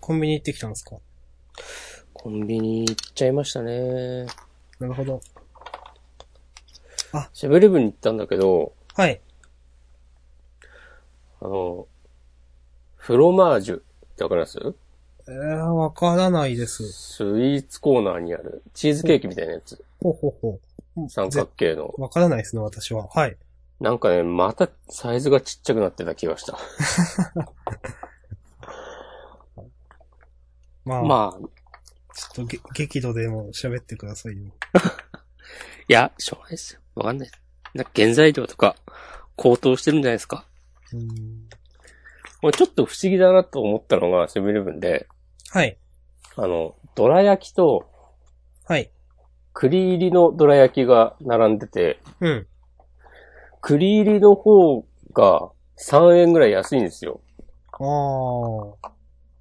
コンビニ行ってきたんですかコンビニ行っちゃいましたね。なるほど。セブンイレブンに行ったんだけど、はい。あの、フロマージュってわかりますえー、わからないです。スイーツコーナーにあるチーズケーキみたいなやつ。ほうほうほう。三角形の。わからないですね、私は。はい。なんかね、またサイズがちっちゃくなってた気がした。まあ、まあ、ちょっとげ激怒でも喋ってくださいよ。いや、しょうがないですよ。わかんない。なんか原材料とか高騰してるんじゃないですか。うーんこれちょっと不思議だなと思ったのがセブンイレブンで、はい。あの、どら焼きとはい。栗入りのどら焼きが並んでて、うん。栗入りの方が3円ぐらい安いんですよ。あー。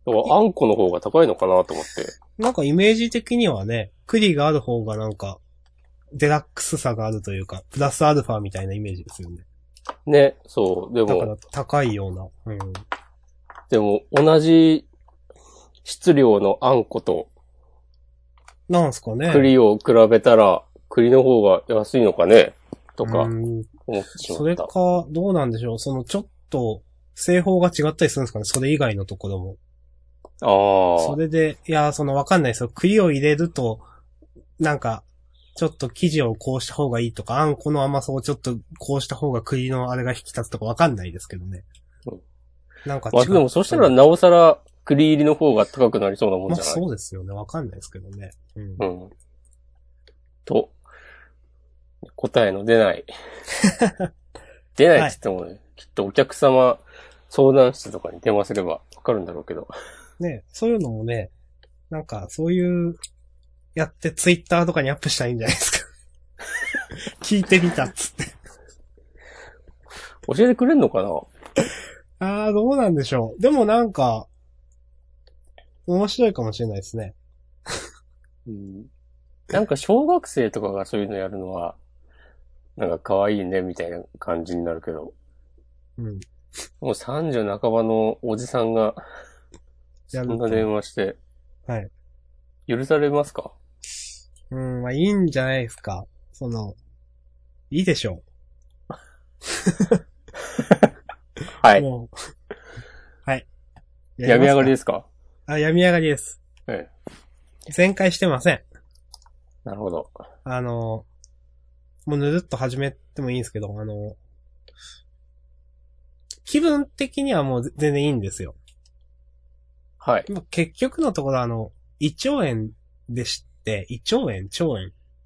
だからあんこの方が高いのかなと思って。なんかイメージ的にはね、栗がある方がなんか、デラックスさがあるというか、プラスアルファみたいなイメージですよね。ね、そう。でだからも、高いような。うん。でも同じ質量のあんことなんすかね。栗を比べたら、栗の方が安いのかねとかうーん思ってしそまっれた。か、どうなんでしょう。そのちょっと、製法が違ったりするんですかねそれ以外のところも。あそれで、いやー、そのわかんないですよ。栗を入れると、なんか、ちょっと生地をこうした方がいいとか、あんこの甘さをちょっとこうした方が栗のあれが引き立つとかわかんないですけどねうん。なんかあ。まあでもそしたらななおさら栗入りの方が高くなりそうなもんまあじゃない、そうですよね。わかんないですけどね。うん。うん。と、答えの出 ない。出ないって言ってもね、きっとお客様相談室とかに電話すればわかるんだろうけど。ねそういうのもね、なんかそういう、やってツイッターとかにアップしたらいいんじゃないですか。 聞いてみたっつって。教えてくれんのかなああ、どうなんでしょう。でもなんか、面白いかもしれないですね。うん。なんか小学生とかがそういうのやるのは、なんか可愛いねみたいな感じになるけど、うん。もう30半ばのおじさんが、やそるとんな電話して、はい。許されますかうん、まあいいんじゃないですか。その、いいでしょはう。い。もう。 はい。病み上がりです。ですかあ、病み上がりです。え全開してません。なるほど。あの、もうぬるっと始めてもいいんですけど、あの、気分的にはもう全然いいんですよ。はい。まあ結局のところあの、胃腸炎でして、胃腸炎、腸炎。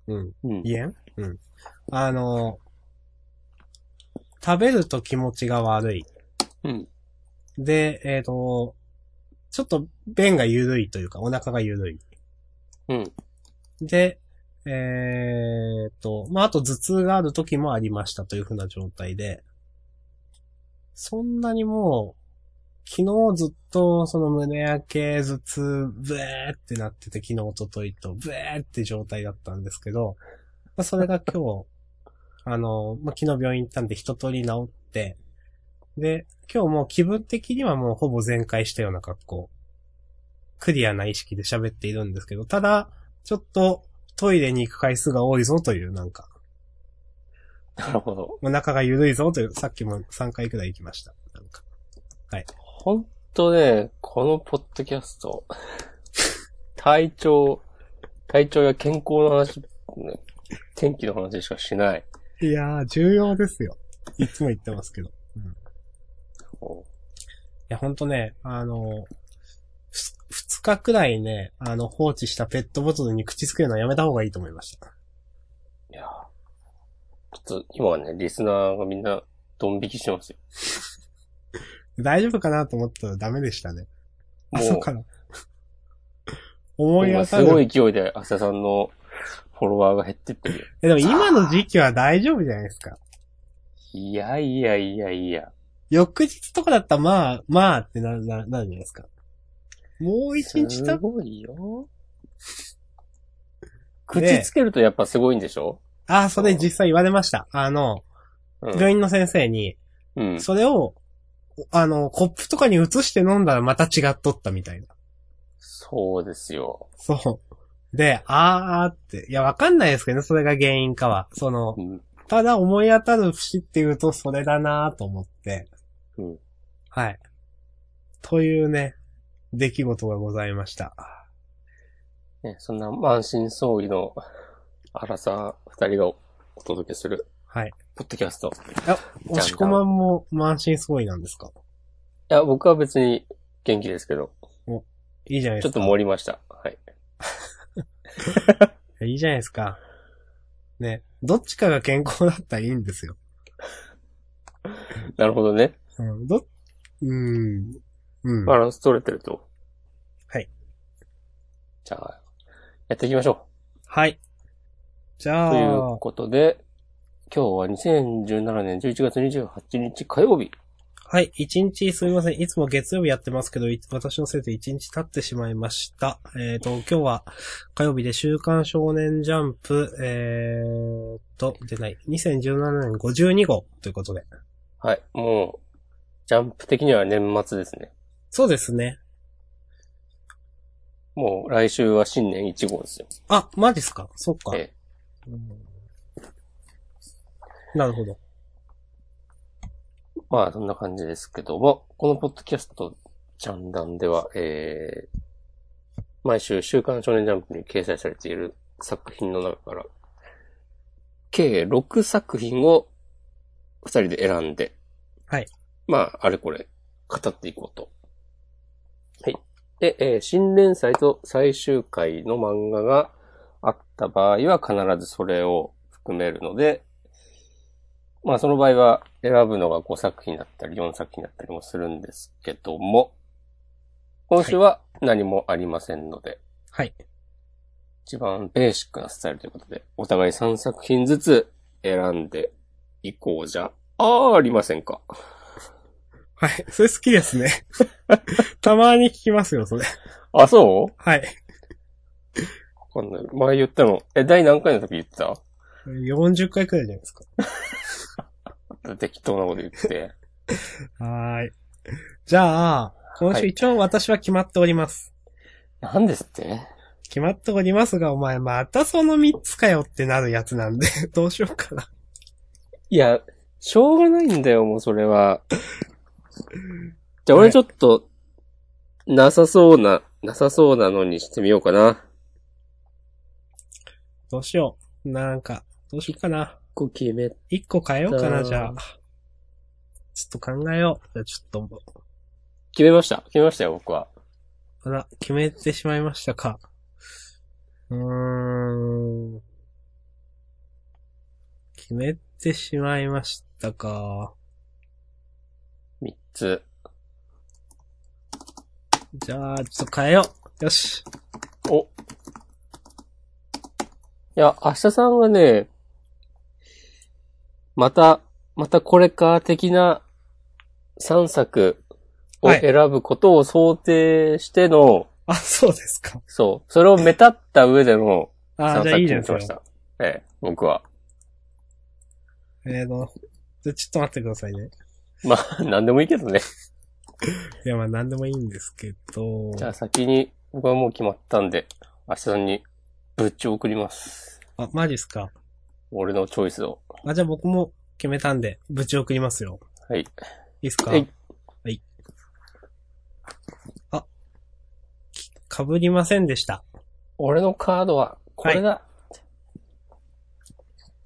うん。うん。胃炎うん。あの、食べると気持ちが悪い。うん。で、えっ、と、ちょっと便が緩いというか、お腹が緩い。うん。で、えっ、と、まあ、あと頭痛がある時もありましたというふうな状態で、そんなにもう、昨日ずっとその胸焼け、頭痛、ブエーってなってて、昨日、一昨日と、ブエーって状態だったんですけど、まあ、それが今日、あの、まあ、昨日病院行ったんで一通り治って、で、今日もう気分的にはもうほぼ全開したような格好。クリアな意識で喋っているんですけど、ただ、ちょっとトイレに行く回数が多いぞという、なんか、なるほど。お腹が緩いぞという、さっきも3回くらい行きました。なんか。ほんとね、このポッドキャスト、体調、体調や健康の話、ね天気の話しかしない。いやー、重要ですよ。いつも言ってますけど。いこや、ほんとね、あの、ふ2日くらいね、あの、放置したペットボトルに口つけるのはやめた方がいいと思いました。ういやーちょっと今はね、リスナーがみんな、ドン引きしてますよ。大丈夫かなと思ったらダメでしたね。もう朝から。 思い今当たする。ごい勢いで、アセさんのフォロワーが減ってってるよ。え、でも今の時期は大丈夫じゃないですか。いやいやいやいや。翌日とかだったらまあ、まあってなる、ななるじゃないですか。もう一日すた、ごいよ。口つけるとやっぱすごいんでしょ、ああ、それ実際言われました。あの、病院の先生に、うん。うん。それを、あの、コップとかに移して飲んだらまた違っとったみたいな。そうですよ。そう。で、あーあーって。いや、わかんないですけどね、それが原因かは。そのう、ん。ただ思い当たる節っていうとそれだなと思って。うん。はい。というね、出来事がございました。ね、そんな満身創痍の原さん二人がお届けする、はい。ポッドキャスト。い押し込まんも満身創痍なんですかや、僕は別に元気ですけど、いいじゃないちでょっすか。と盛りました。はい。いいじゃないですか。ね。どっちかが健康だったらいいんですよ。なるほどね。うん。ど、うん。うん。バランス取れてると。はい。じゃあ、やっていきましょはい。じう。ゃといあう、ことで、今日は2017年11月28日火曜日。はい、一日すみません。いつも月曜日やってますけど、い私のせいで一日経ってしまいました。えっ、と、今日は火曜日で週刊少年ジャンプ、えーっと、出ない。2017年52号ということで。はい。もう、ジャンプ的には年末ですね。そうですね。もう来週は新年1号ですよ。あ、マジっすかそっか、ええうんなるほど。まあ、そんな感じですけども、このポッドキャスト、ジャンダンでは、えー、毎週週刊少年ジャンプに掲載されている作品の中から、計6作品を2人で選んで、はい。まあ、あれこれ、語っていこうと。はい。で、えー新連載と最終回の漫画があった場合は必ずそれを含めるので、まあその場合は選ぶのが5作品だったり4作品だったりもするんですけども、今週は何もありませんので、はい。一番ベーシックなスタイルということで、お互い3作品ずつ選んでいこうじゃ、あーありませんか。はい。 それ好きですね。 たまに聞きますよ、それ。あ、そうはい。わかんない。前言ったの。え、第何回の時言ってた40回くらいじゃないですか。適当なこと言 って。はーい。じゃあ、今週一応私は決まっております。何ですって決まっておりますが、お前またその3つかよってなるやつなんで、 どうしようかな。いや、しょうがないんだよ、もうそれは。じゃあ俺ちょっと、なさそうな、なさそうなのにしてみようかな。どうしよう。なんか、どうしようかな。こう決め、 1個変えようかうな、んじゃあ。ちょっと考えよう。じゃあちょっと、決めました。決めましたよ、僕は。あら、決めてしまいましたか。うーん。決めてしまいましたか。三つ。じゃあ、ちょっと変えよう。よし。お。いや、明日さんがね、また、またこれか、的な三作をはい選ぶことを想定しての、あ、そうですか。そう、それを目立った上での、あー、じゃあいいですよ。た。ええ、僕は。 えーと、じゃあちょっと待ってくださいね。まあ、何でもいいけどね。いや、まあ、なんでもいいんですけど。じゃあ先に、僕はもう決まったんで、明日さんに、ぶっちを送ります。あ、マジっすか。俺のチョイスを。あ、じゃあ僕も決めたんで、ぶち送りますよ。はい。いいっすかはい。はい。あ、きかぶりませんでした。俺のカードは、これだ、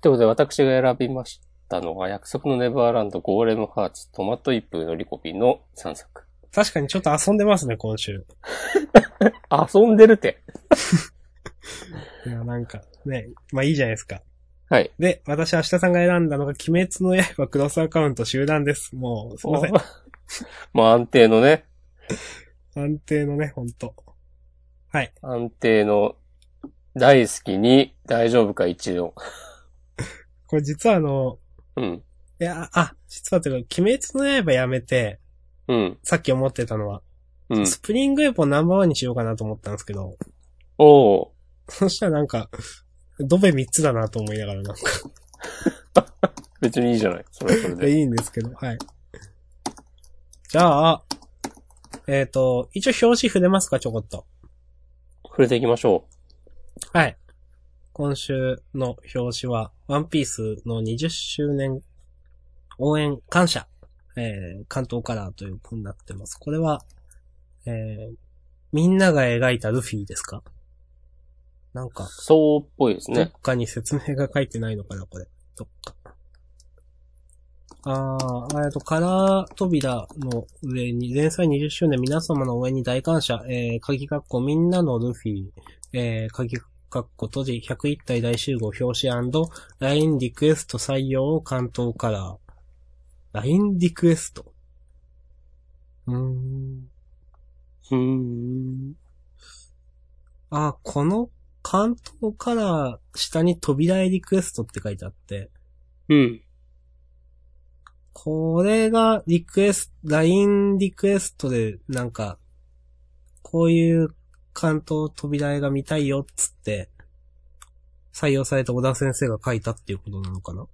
ということで、私が選びましたのは、約束のネバーランド、ゴーレムハーツ、トマトイプーのリコピンの3作。確かにちょっと遊んでますね、今週。遊んでるって。いや、なんか、ね、まあいいじゃないですか。はい。で、私、明日さんが選んだのが、鬼滅の刃クロスアカウント集団です。もう、すいません。 まあ、安定のね、安定のね、ほんと。はい。安定の、大好きに、大丈夫か一度。これ実はあの、うん。いや、あ、実はというか、鬼滅の刃やめて、うん。さっき思ってたのは、うん。スプリングエポナンバーワンにしようかなと思ったんですけど、おお。そしたらなんか、ドベ3つだなと思いながらなんか、別にいいじゃない。それはそれいで。いんですけど、はい。じゃあ、えっ、と、一応表紙触れますか、ちょこっと。触れていきましょはい。今週の表紙は、ワンピースの20周年応援感謝、えー、関東カラーということになってます。これは、えー、みんなが描いたルフィですかなんうか。、そうっぽいですどっね。かに説明が書いてないのかな、これ。どっか。あー、えっと、カラー扉の上に、連載20周年皆様の応援に大感謝、えー、鍵括弧みんなのルフィ、えー、鍵括弧閉じ101体大集合表紙 &LINE リクエスト採用関東カラー。LINE リクエスト。うーん。うーん。あ、この関東カラー下に扉へリクエストって書いてあって、うん。これがリクエスト、LINE リクエストで、なんか、こういう関東扉絵が見たいよっつって、採用された小田先生が書いたっていうことなのかな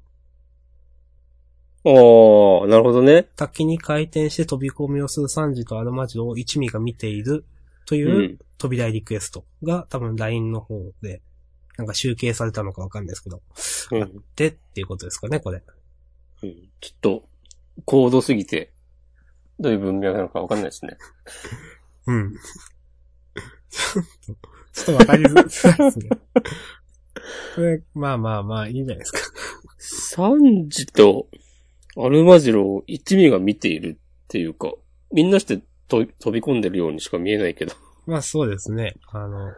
おー、なるほどね。。滝に回転して飛び込みをするサンジとアルマジロを一味が見ているといううん扉絵リクエストが多分 LINE の方で、なんか集計されたのかわかんないですけど、うん。でっていうことですかね、これ。うんちょっと、高度すぎて、どういう文脈なのかわかんないですね。うん。ちょっとわかりづらい ですね。これ、まあまあまあ、いいんじゃないですか。サンジとアルマジロを一味が見ているっていうか、みんなしてと飛び込んでるようにしか見えないけど。まあそうですね。あの、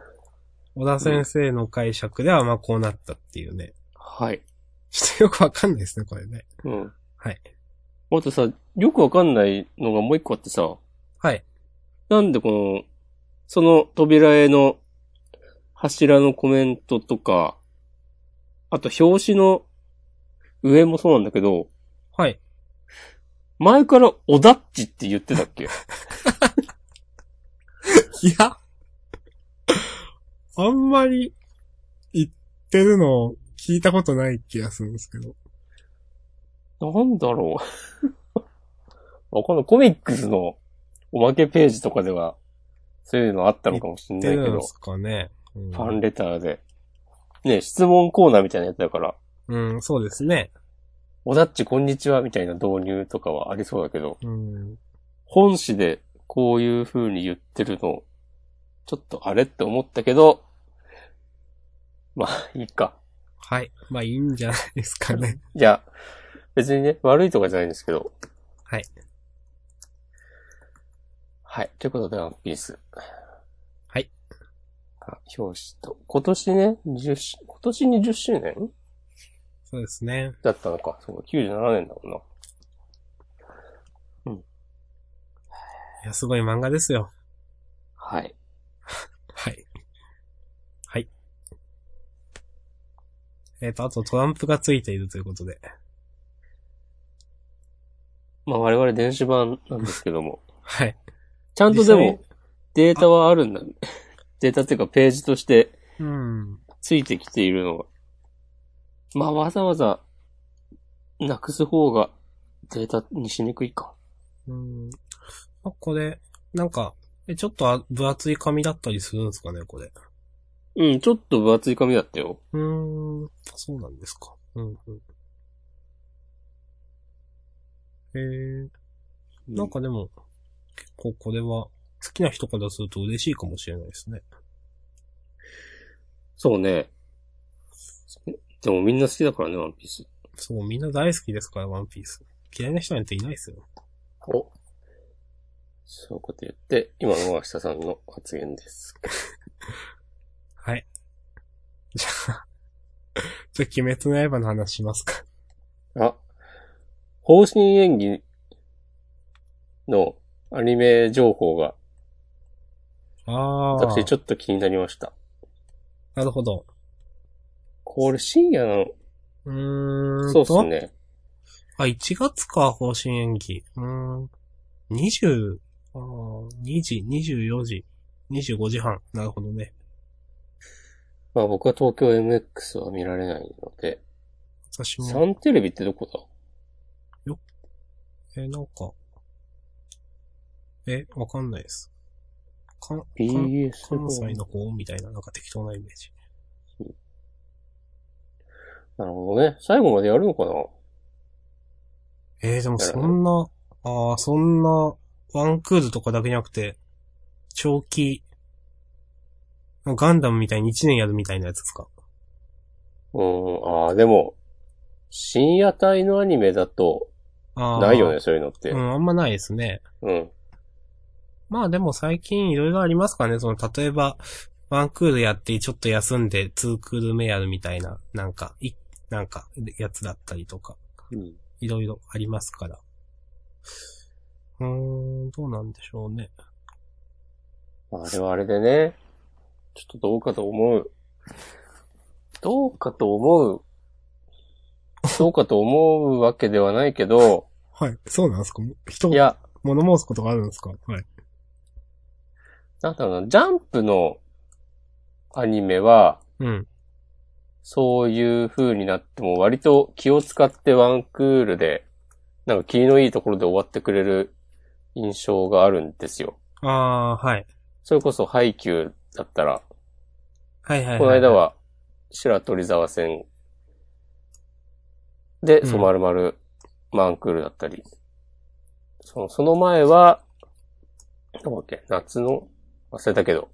小田先生の解釈では、まあこうなったっていうね。はい。ちょっとよくわかんないですね、これね。うん。はい。あとさ、よくわかんないのがもう一個あってさ、はい。なんでこの、その扉絵の柱のコメントとか、あと表紙の上もそうなんだけど、はい。前からおだっちって言ってたっ けいや、あんまり言ってるのを聞いたことない気がするんですけど。なんだろう。 わかんない。コミックスのおまけページとかでは、そういうのあったのかもしん言っなていけるんどで、すかね。うんファンレターで。ね質問コーナーみたいなやつだから、うん、そうですね。おだっちこんにちはみたいな導入とかはありそうだけど、うん。本誌でこういう風に言ってるの、ちょっとあれって思ったけど、まあ、いいか。はい。まあいいんじゃないですかね。いや、別にね、悪いとかじゃないんですけど。はい。はい。ということで、ワンピース。はいが。表紙と、今年ね、20周、今年20周年 そうですね。だったのか。そう、97年だもいや、すごい漫画ですよ。んな。はい。はい。はい。えっ、と、あとトランプがついているということで。まあ、我々電子版なんですけども。はい。ちゃんとで実際も、データはあるんだ。 データっていうか、ページとして、うん。ついてきているのが。まあ、わざわざ、なくす方がデータにしにくいか。うん。あ、これ、なんか、えちょっとあ分厚い紙だったりするんですかね、これ。うん、ちょっと分厚い紙だったよ。うーん。そうなんですか。うん、うん。えー、なんかでも、結構これは、好きな人からすると嬉しいかもしれないですね。そうね。でもみんな好きだからね、ワンピース。そう、みんな大好きですから、ワンピース。嫌いな人なんていないですよ。お。そういうこと言って、今のは下さんの発言です。はい。 じゃあ、じゃあ、鬼滅の刃の話しますか。あ、方針演技のアニメ情報が、ああ、私ちょっと気になりました。なるほど。これ深夜なのうーんそうとっすね。あ、1月か、方針演技。うーん。20、あー2時、24時、25時半。なるほどね。まあ僕は東京 MX は見られないので、私サも、ンテレビってどこだえ、なんか、え、わかんないです。かん PS 関西の方みたいな、なんか適当なイメージ。なるほどね。最後までやるのかなえー、でもそんな、ああ、そんな、ワンクールとかだけじゃなくて、長期、ガンダムみたいに1年やるみたいなやつですかうん、ああ、でも、深夜帯のアニメだと、ああ。ないよね、。そういうのって。ううん。ん、あんまないですね。まあでも最近いろいろありますからね。その、例えば、ワンクールやって、ちょっと休んで、ツークール目やるみたいな、なんか、い、なんか、やつだったりとか、うんいろいろありますから。うーん、どうなんでしょうね。まあ、あれはあれでね、ちょっとどうかと思う。どうかと思う。どうかと思うわけではない けど、はい。そうなんですか人いや、物申すことがあるんですかはい。なんだろうな、ジャンプのアニメは、うん。そういう風になっても割と気を使ってワンクールで、なんか気のいいところで終わってくれる印象があるんですよ。あー、はい。それこそハイキューだったら、はいはい、はい。この間。は白鳥沢線うで、んそう丸々ワンクールだったり、そのその前は、どうだっけ、夏の忘れたけど、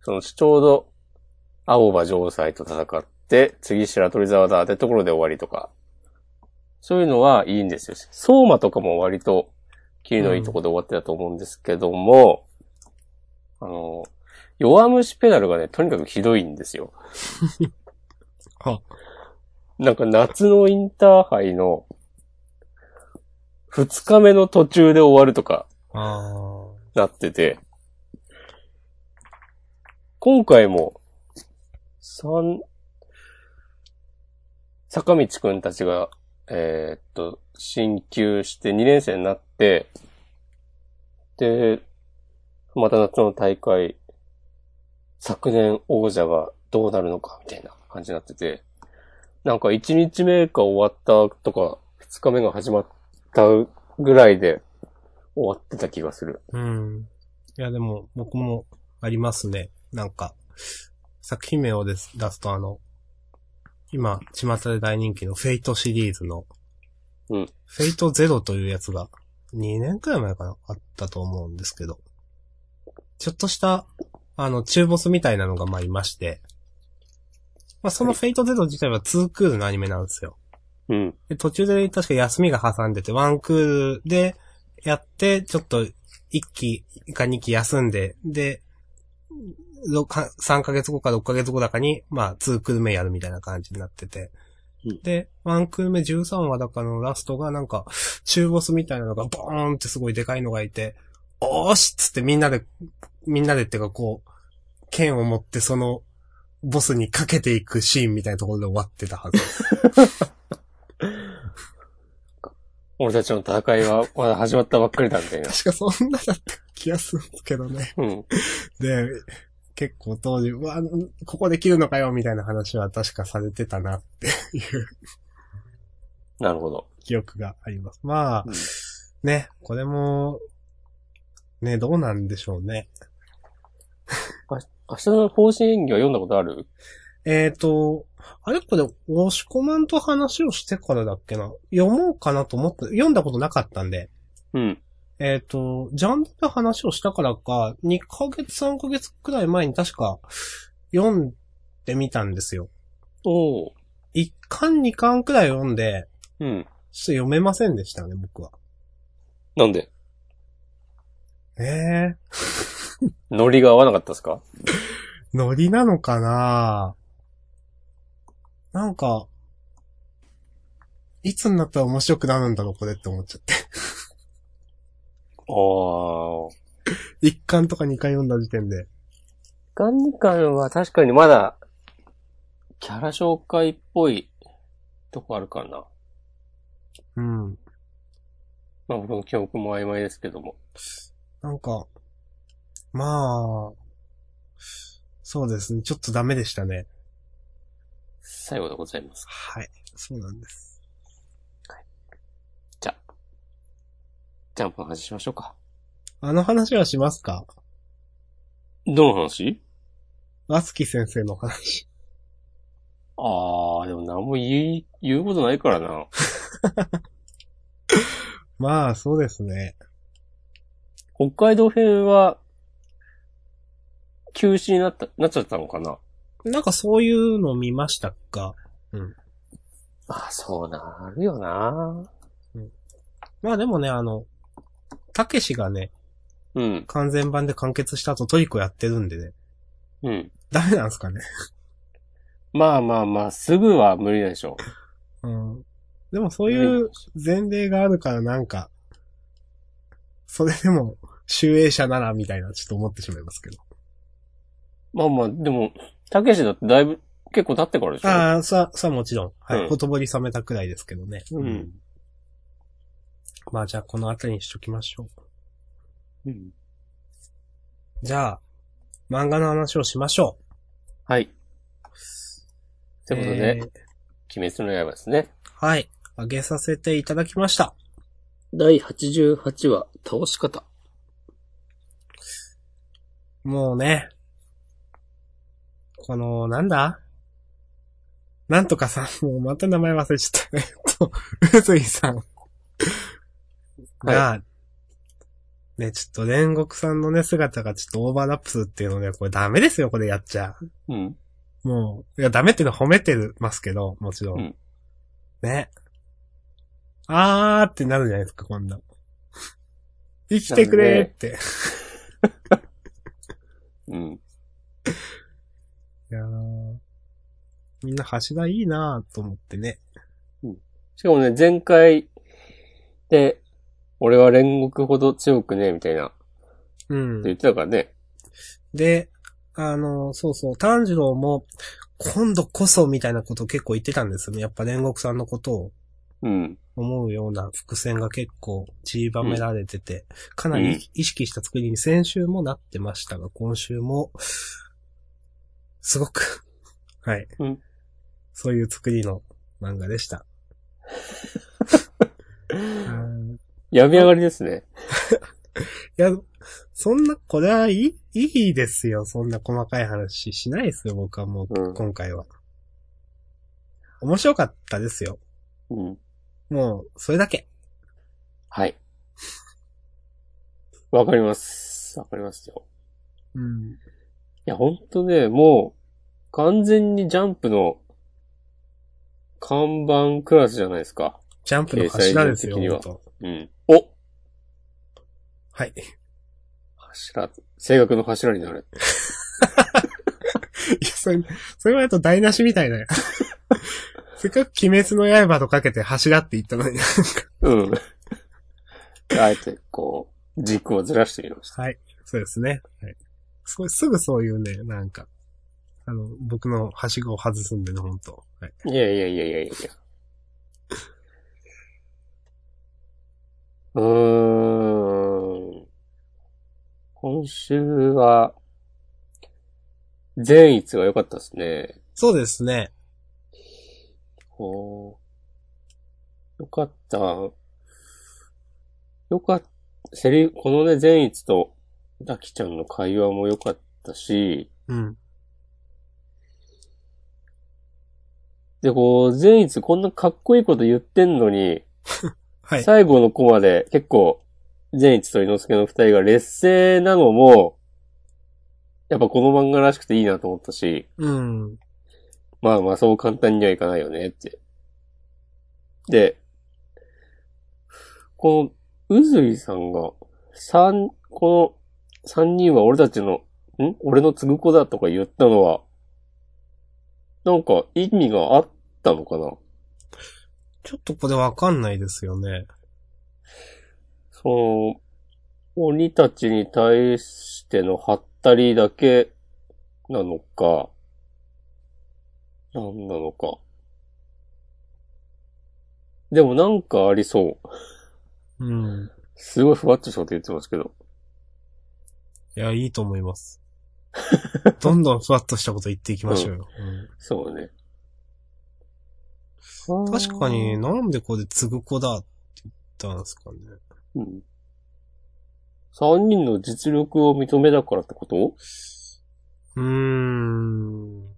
そのちょうど青葉城西と戦って、次白鳥沢だってところで終わりとか、そういうのはいいんですよ。相馬とかも割と、キリのいいとこで終わってたと思うんですけども、あの、弱虫ペダルがね、とにかくひどいんですよ。はなんか夏のインターハイの、二日目の途中で終わるとか、あなってて、今回も、三、坂道くんたちが、えーっと、進級して2年生になって、で、また夏の大会、昨年王者がどうなるのか、みたいな感じになってて、なんか1日目が終わったとか、2日目が始まったぐらいで終わってた気がする。ー。うん。いや、でも、僕もありますね。なんか、作品名をです出すとあの、今、巷で大人気のフェイトシリーズの、うんフェイトゼロというやつが、2年くらい前かな、あったと思うんですけど、ちょっとした、あの、中ボスみたいなのがまあいまして、まあそのフェイトゼロ自体は2クールのアニメなんですよ。うん。で、途中で確か休みが挟んでて、ワンクールでやって、ちょっと1期か2期休んで、で、ろか3ヶ月後か6ヶ月後だかに、まあ、2クール目やるみたいな感じになっててうん。で、ワンクール目13話だかのラストがなんか、中ボスみたいなのがボーンってすごいでかいのがいて、おーしっつってみんなで、みんなでっていうかこう、剣を持ってその、ボスにかけていくシーンみたいなところで終わってたはず。俺たちの戦いはまだ始まったばっかりだみたいな。確かそんなだった気がするんですけどね。うん。で、結構当時、うわ、ここで切るのかよ、みたいな話は確かされてたなっていうなるほど。記憶があります。まあ、うんね、これも、ね、どうなんでしょうね。明日の方針演技は読んだことあるえーと、あれこれ、押し込まんと話をしてからだっけな。読もうかなと思って、読んだことなかったんで、うん。えっ、と、ジャンルの話をしたからか、2ヶ月3ヶ月くらい前に確か読んでみたんですよ。おお。一巻二巻くらい読んで、うん。ちょっと読めませんでしたね、僕は。なんでええノリが合わなかったですかノリなのかななんか、いつになったら面白くなるんだろう、これって思っちゃって。ああ。一巻とか二巻読んだ時点で。ガンニカンは確かにまだ、キャラ紹介っぽいとこあるかな。うん。まあ僕の記憶も曖昧ですけども。なんか、まあ、そうですね。ちょっとダメでしたね。最後でございます。はい。そうなんです。じゃあ、ジャンプの話しましょうか。あの話はしますかどの話あつき先生の話。ああ、でも何も言い、言うことないからな。まあ、そうですね。北海道編は、休止になった、なっちゃったのかななんかそういうの見ましたかあそうなるよな。まあでもね、あの、たけしがね、うん、完全版で完結した後トリコやってるんでね。うん。ダメなんですかね。まあまあまあ、すぐは無理でしょうん。でもそういう前例があるからなんか、それでも、集英者ならみたいな、ちょっと思ってしまいますけど。う。まあまあ、でも、たけしだってだいぶ、結構経ってからでしょああ、さ、さもちろん。はい。うんほとぼり冷めたくらいですけどね。うん。まあじゃあこの辺りにしときましょう。うん。じゃあ、漫画の話をしましょう。はい。ということで、えー鬼滅の刃ですね。はい。あげさせていただきました。第88話、倒し方。もうね。この、なんだなんとかさん、もうまた名前忘れちゃった。えっと、うずいさんが、ね、ちょっと煉獄さんのね、姿がちょっとオーバーラップするっていうので、これダメですよ、これやっちゃ。うん。もう、いや、ダメっていうのは褒めてますけど、もちろん。うんね。あーってなるじゃないですか、こんな。生きてくれーって。うん。いやーみんな柱いいなーと思ってね。しかもね、前回で、俺は煉獄ほど強くね、みたいな、うん言っ。てたからね。で、あの、そうそう、炭治郎も、今度こそみたいなことを結構言ってたんですよね。やっぱ煉獄さんのことをうん。思うような伏線が結構散りばめられてて、かなり意識した作りに先週もなってましたが、今週も、すごく、はい、うんそういう作りの漫画でした。 うん病み上がりですね。いや、そんな、これはいい、いいですよ。そんな細かい話しないですよ、僕はもう、うん今回は。面白かったですよ。うん。もう、それだけ。はい。わかります。わかりますよ。うん。いや、ほんとね、もう、完全にジャンプの、看板クラスじゃないですか。ジャンプの柱ですよ、掲載量本的当うん。おはい。柱、性格の柱になる。いや、それ、それはやると台無しみたいな。 せっかく鬼滅の刃とかけて柱って言ったのに。うん。 あえて、こう、軸をずらしてみました。はい。そうですね。はい。すごい、すぐそういうね、なんか、あの、僕のはしごを外すんでね、本当はい。いやいやいやいやいやいや。うーん。今週は、善逸が良かったですね。そうですね。こう、良かった。良かった。セリフ、このね、善逸と、ダキちゃんの会話も良かったし、うん。で、こう、善逸こんなかっこいいこと言ってんのに、はい。最後のコマで結構、善一と伊之助の二人が劣勢なのも、やっぱこの漫画らしくていいなと思ったし、うん。まあまあそう簡単にはいかないよねって。で、この、うずいさんが、三、この三人は俺たちの、ん俺の継ぐ子だとか言ったのは、なんか意味があったのかなちょっとこれわかんないですよね。その、鬼たちに対してのハったりだけなのか、なんなのか。でもなんかありそう。うん。すごいふわっとしたこと言ってますけど。いや、いいと思い ます。どんどんふわっとしたこと言っていきましょうよ。そうね。うん確かに、なんでこれ継ぐ子だって言ったんですかね。うん。三人の実力を認めたからってことうーん。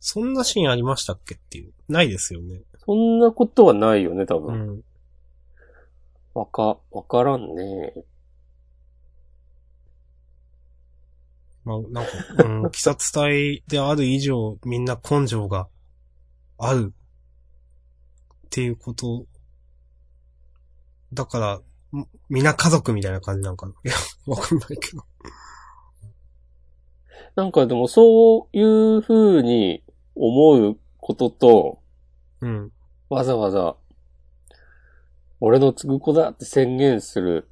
そんなシーンありましたっけっていう。ないですよね。そんなことはないよね、多う分。ん。わか、わからんね。まあ、 なんか、うん、鬼殺隊である以上、みんな根性があるっていうこと。だから、みみんな家族みたいな感じなんかな。いや、 わかんないけど。なんかでもそういう風に思うことと、うん。わざわざ、俺のつぐ子だって宣言する、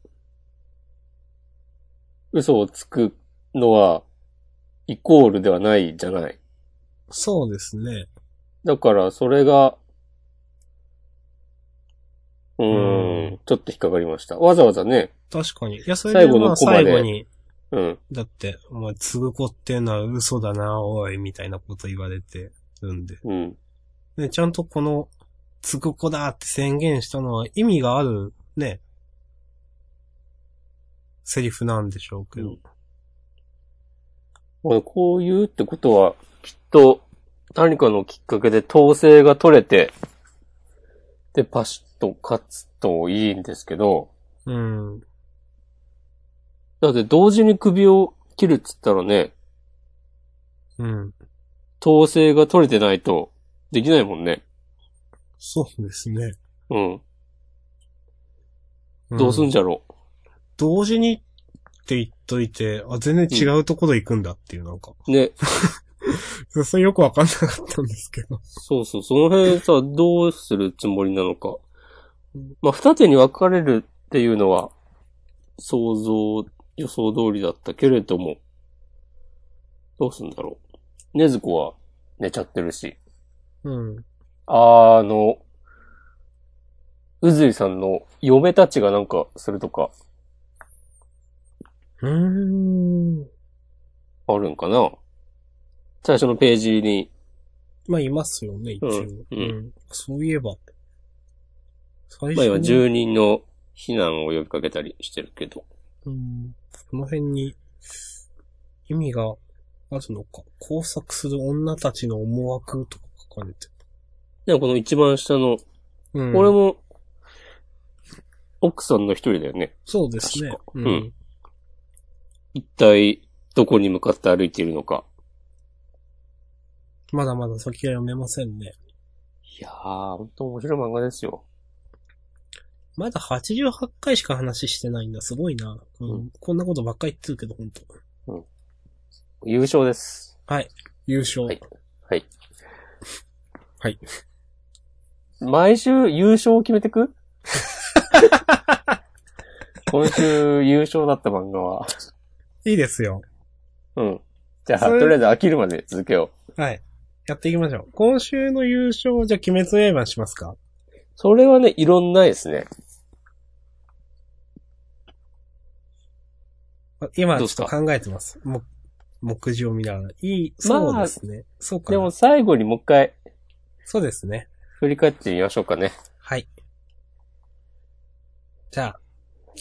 嘘をつくのは、イコールではないじゃない。そうですね。だから、それが、うー、うんちょっと引っかかりました。わざわざね、確かに。いや、それで最後のまあコマで最後に、うん、だって、お前、つぐ子っていうのは嘘だな、おい、みたいなこと言われてるんで。うん、ね、ちゃんとこの、つぐ子だって宣言したのは意味がある、ね、セリフなんでしょうけど。うん俺こういうってことは、きっと、何かのきっかけで統制が取れて、で、パシッと勝つといいんですけど、うん。うだって同時に首を切るっつったらね、ん。統制が取れてないとできないもんね。そうですね。うん。どうすんじゃ、じゃろ同時にって言っといて、あ、全然違うところ行くんだっていう、なんか。う。ね。それよくわかんなかったんですけど。そうそう。その辺さ、どうするつもりなのか。まあ、二手に分かれるっていうのは、想像、予想通りだったけれども、どうすんだろう。ねずこは寝ちゃってるし。うん。あの、うずいさんの嫁たちがなんかするとか、うーん。あるんかな最初のページに、まあ、いますよね、一応。うんうんそういえば。最まあ初今に住人の避難を呼びかけたりしてるけど。うん、この辺に意味があるのか。工作する女たちの思惑とか書かれてる。でもこの一番下の、うんこれも、奥さんの一人だよね。そうですね確か。ううん。一体、どこに向かって歩いているのか。まだまだ先は読めませんね。いやー、ほんと面白い漫画ですよ。まだ88回しか話してないんだ。すごいな。うん。うんこんなことばっかり言ってるけど、本当優勝です。優勝。はいはい。はい。毎週優勝を決めて く今週優勝だった漫画は。いいですよ。うん。じゃあ、それとりあえず飽きるまで続けよう。はい。やっていきましょう。今週の優勝、じゃあ、鬼滅の刃しますかそれはね、いろんないですね。あ今、ちどょうっすとか考えてます。も目次を見ながら。いい、そうですね。そうかでな。も最後にもう一回そうですね。振り返ってみましょうかね。はい。じゃあ、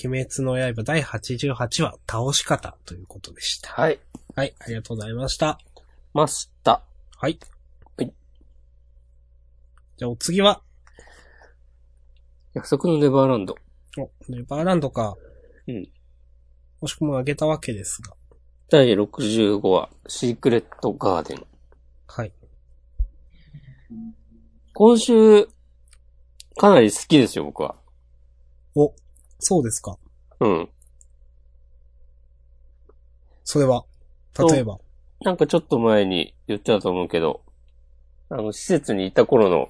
鬼滅の刃第88話、倒し方ということでした。はい。はい、ありがとうございました。ました。はい。はい。じゃあお次は、約束のネバーランド。お、ネバーランドか。うん。もしくもあげたわけですが。第65話、シークレットガーデン。はい。今週、かなり好きですよ、僕は。お、そうですか。うん。それは、例えば。なんかちょっと前に言ってたと思うけど、あの、施設にいた頃の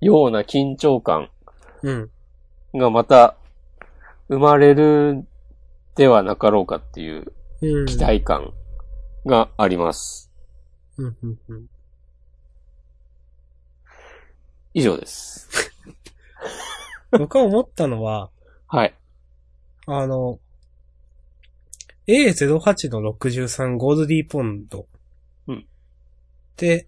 ような緊張感うん。がまた生まれるではなかろうかっていううん。期。待感があります。うん、うん、うん。以上です。僕は思ったのは、はい。あの、A08 の63ゴールディーポンド。うんで、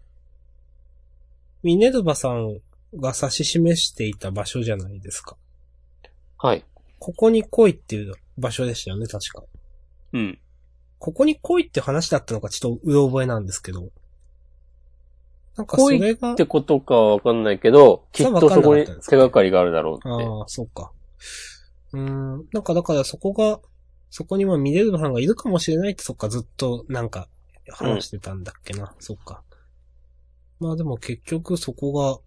ミネルバさんが指し示していた場所じゃないですか。はい。ここに来いっていう場所でしたよね、確か。うん。ここに来いって話だったのかちょっとうろ覚えなんですけど。なんかそ来れいがっ、てことかはわかんないけど、きっとそこに手がかりがあるだろうって。ああ、そうか。うーん、なんかだからそこが、そこにまあミレルバさんがいるかもしれないってそっかずっとなんか話してたんだっけな、そっか。まあでも結局そこが、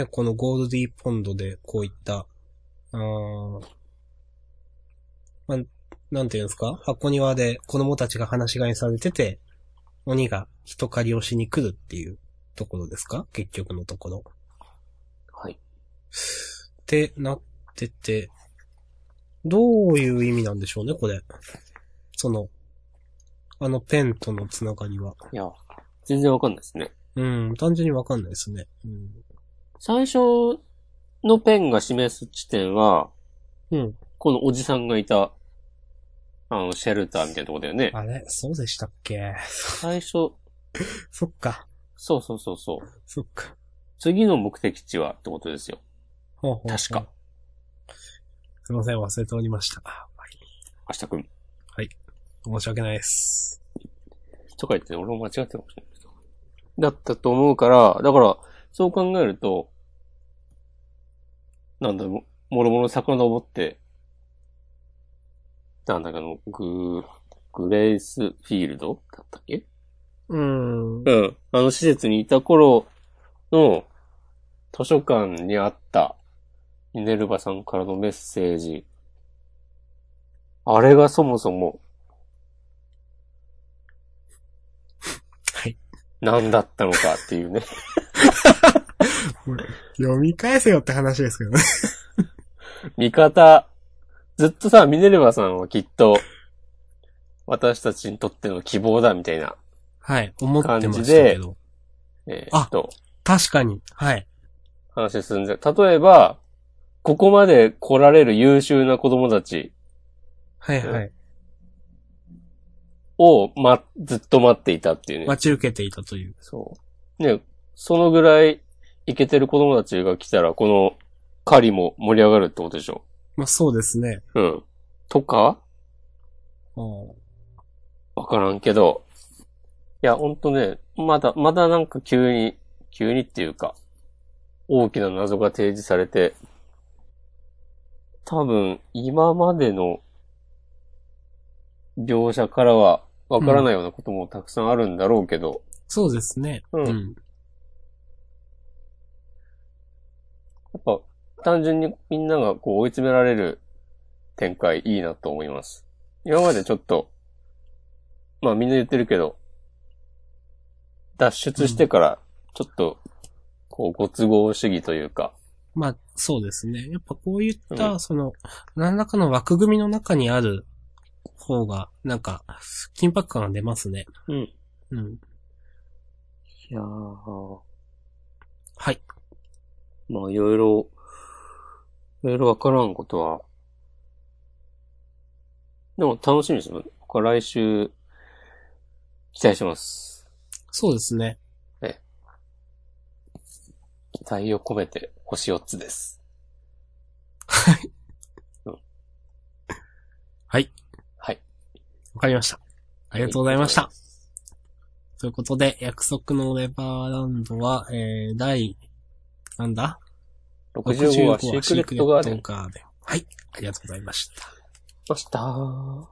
ね、このゴールディーポンドでこういった、あーまあ、なんていうんですか箱庭で子供たちが話し飼いにされてて、鬼が人狩りをしに来るっていうところですか結局のところ。はい。ってなってて、どういう意味なんでしょうね、これ。その、あのペンとのつながりは。いや、全然わかんないですね。うん、単純にわかんないですね。うん。最初のペンが示す地点は、うん。このおじさんがいた、あの、シェルターみたいなとこだよね。あれそうでしたっけ 最初、そっか。そうそうそうそう。そっか。次の目的地はってことですよ。ほうほうほう確か。。すいません、忘れておりました。はい明日くん。申し訳ないです。とか言って、俺も間違ってるかもしれないけど。だったと思うから、だから、そう考えると、なんだも、もろもろ遡って、なんだかの、グー、グレイスフィールドだったっけうん。うん。あの施設にいた頃の図書館にあったミネルバさんからのメッセージ。あれがそもそもはい。何だったのかっていうね。 読み返せよって話ですけどね。 味方、ずっとさ、ミネルヴァさんはきっと、私たちにとっての希望だみたいな、はい、思ってましたけど。えーあっと、確かに。はい。話すんで、例えば、ここまで来られる優秀な子供たちはいはい。を、ま、ずっと待っていたっていうね。待ち受けていたという。そう。ね、そのぐらい、イケてる子供たちが来たら、この、狩りも盛り上がるってことでしょ。まあそうですね。うん。とかうんわからんけど。いや、ほんとね、まだ、まだなんか急に、急にっていうか、大きな謎が提示されて、多分、今までの描写からは、わからないようなこともたくさんあるんだろうけど、そうですね。うんん。やっぱ、単純にみんながこう追い詰められる展開いいなと思います。今までちょっと、まあみんな言ってるけど、脱出してから、ちょっと、こう、ご都合主義というか、まあ、そうですね。やっぱこういった、うんその、何らかの枠組みの中にある方が、なんか、緊迫感が出ますね。うん。うん。いやー、まはい。あいろいろ、いろいろわからんことは、でも楽しみですね。僕は来週、期待してます。そうですね。期待を込めて、星4つです。はいうん。はい。はい。わかりました。ありがとうございました。ということで、約束のレバーランドは、えー、第、なんだ65はシークレットガーデン。ガーデン。はい。ありがとうございました。ました。は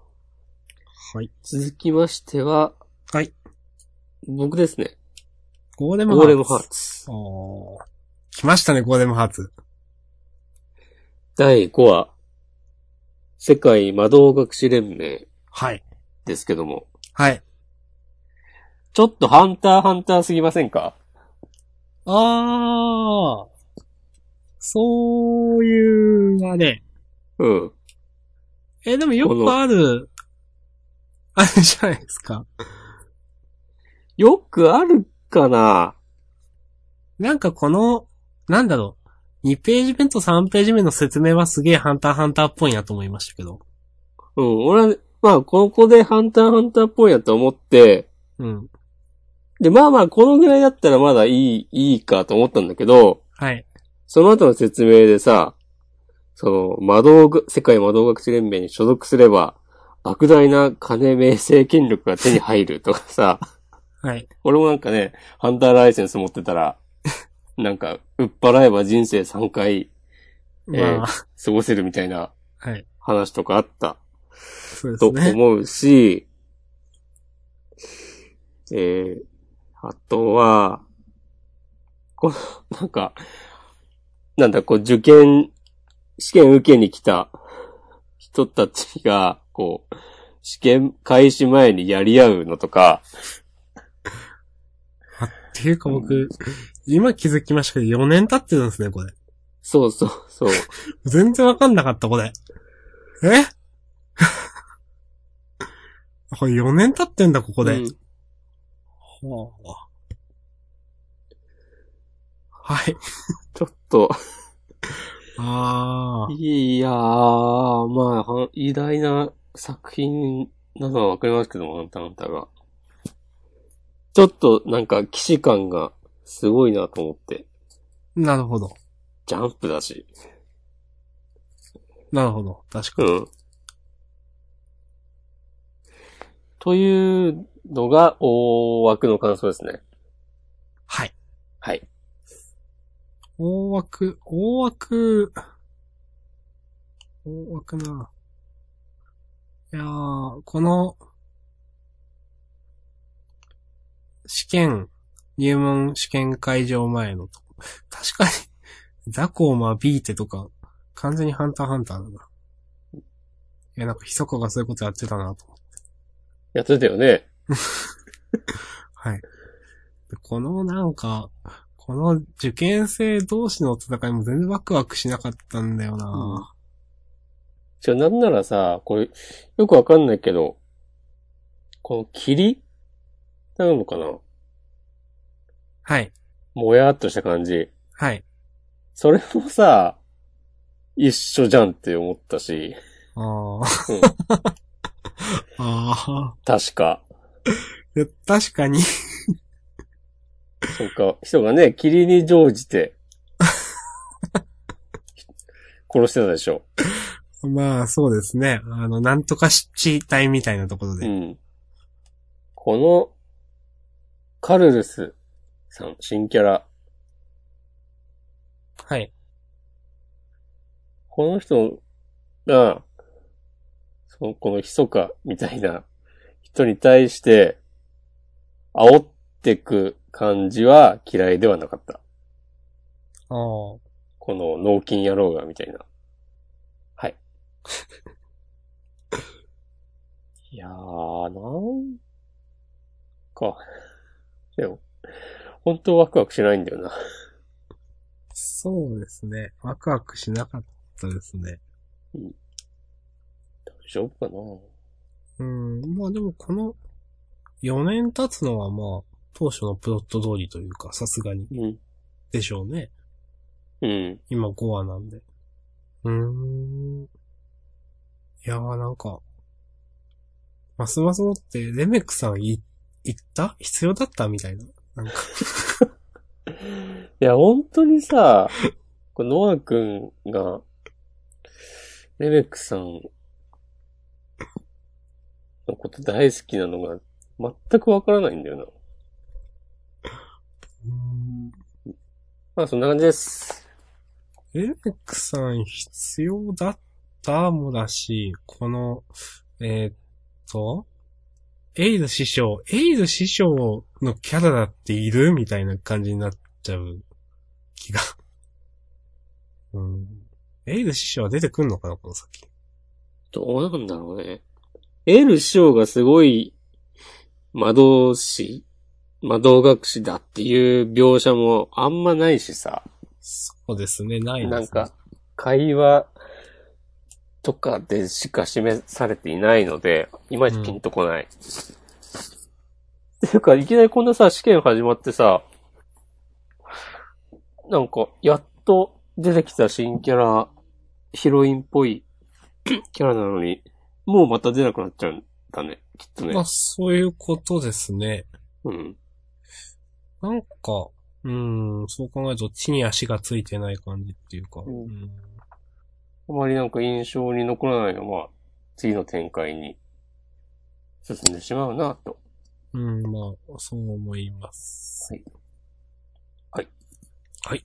い。続きましては、はい。僕ですね。ゴーレムハーツ。ゴーレムハーツ。おー来ましたね、ゴーレムハーツ。第5話、世界魔導学士連盟はい。ですけども、はい。ちょっとハンターハンターすぎませんかあー。そういう、あれ。うん。え、でもよくある、あれじゃないですか。よくあるかななんかこの、なんだろう。2ページ目と3ページ目の説明はすげえハンターハンターっぽいなと思いましたけど。うん、俺は、まあ、ここでハンターハンターっぽいやと思って、うん。で、まあまあ、このぐらいだったらまだいい、いいかと思ったんだけど、はい。その後の説明でさ、その、魔導学、世界魔導学士連盟に所属すれば、莫大な金名声権力が手に入るとかさ、 はい。俺もなんかね、ハンターライセンス持ってたら、なんか、売っ払えば人生3回えーまあ、過ごせるみたいなはい。話とかあったそうとですね。思うし、えー、あとは、この、なんか、なんだ、こう、受験、試験受けに来た人たちが、こう、試験開始前にやり合うのとか、っていうか僕、今気づきましたけど、4年経ってるんですね、これ。そうそうそう。全然わかんなかった、これ。え これ4年経ってんだ、ここで。うんはあはい。ちょっと、ああ。いやー、まあは、偉大な作品なのはわかりますけども、あんたあんたが。ちょっと、なんか、騎士感がすごいなと思って。なるほど。ジャンプだし。なるほど。確かうに。ん。というのが、大枠の感想ですね。はい。はい。大枠、大枠、大枠な。いやー、この、試験、入門試験会場前のとこ。確かに、ザコーマビーテとか、完全にハンターハンターだな。いや、なんか、ひそかがそういうことやってたなと。やってたよね。はい。でこのなんか、この受験生同士の戦いも全然ワクワクしなかったんだよな、じゃなんならさ、これ、よくわかんないけど、この霧なのかなはい。もやーっとした感じ。はい。それもさ、一緒じゃんって思ったし、ああ。うん ああ。確か。いや、確かに。そっか、人がね、霧に乗じて、殺してたでしょ。まあ、そうですね。あの、なんとか地帯みたいなところうで。ん。この、カルルスさん、新キャラ。はい。この人が、その、この密かみたいな人に対して、煽ってく感じは嫌いではなかった。ああ。この納金野郎が、みたいな。はい。 いやー、なんか、でも、本当ワクワクしないんだよな。そうですね。ワクワクしなかったですね。大丈夫かうなん。まあでも、この、4年経つのはまあ、当初のプロット通りというか、さすがに。うん。でしょうね。うん。今5話なんで。うーん。いやーなんか、ますますもって、レメクさんい、行った必要だったみたいな。なんか、いや、本当にさ、これノア君が、レベックさんのこと大好きなのが全くわからないんだよな。うーんまあ、そんな感じです。レメクさん必要だったもだし、この、えーっと、エイズ師匠、エイズ師匠のキャラだっているみたいな感じになっちゃう気が。うん。エイズ師匠は出てくんのかなこの先。どうなんだろうね。エル師匠がすごい、魔導士、魔導学士だっていう描写もあんまないしさ。そうですね、ないですねなんか、、会話とかでしか示されていないので、いまいちピンとこない。っていうか、いきなりこんなさ、試験始まってさ、なんか、やっと出てきた新キャラ、ヒロインっぽい キャラなのに、もうまた出なくなっちゃうんだね、きっとまねあ、。そういうことですね。うん。なんか、うん、そう考えると地に足がついてない感じっていうか。うんうんあまりなんか印象に残らないのは、次の展開に進んでしまうなと。うん、まあ、そう思います。はい。はい。はい。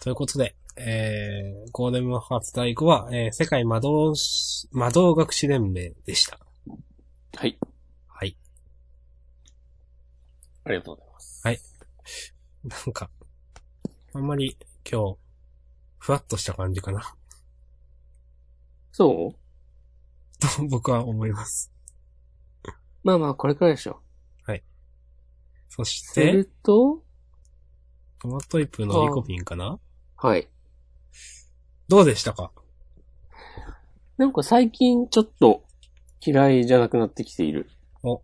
ということで、えー、ゴーデム発第5は、えー、世界魔導士、魔導学士連盟でした。はい。はい。ありがとうございます。なんか、あんまり今日、ふわっとした感じかな、 そうと僕は思います。まあまあ、これくらいでしょ。そしすて、ると、トマトイプのリコピンかなはい。どうでしたかなんか最近ちょっと嫌いじゃなくなってきている。お。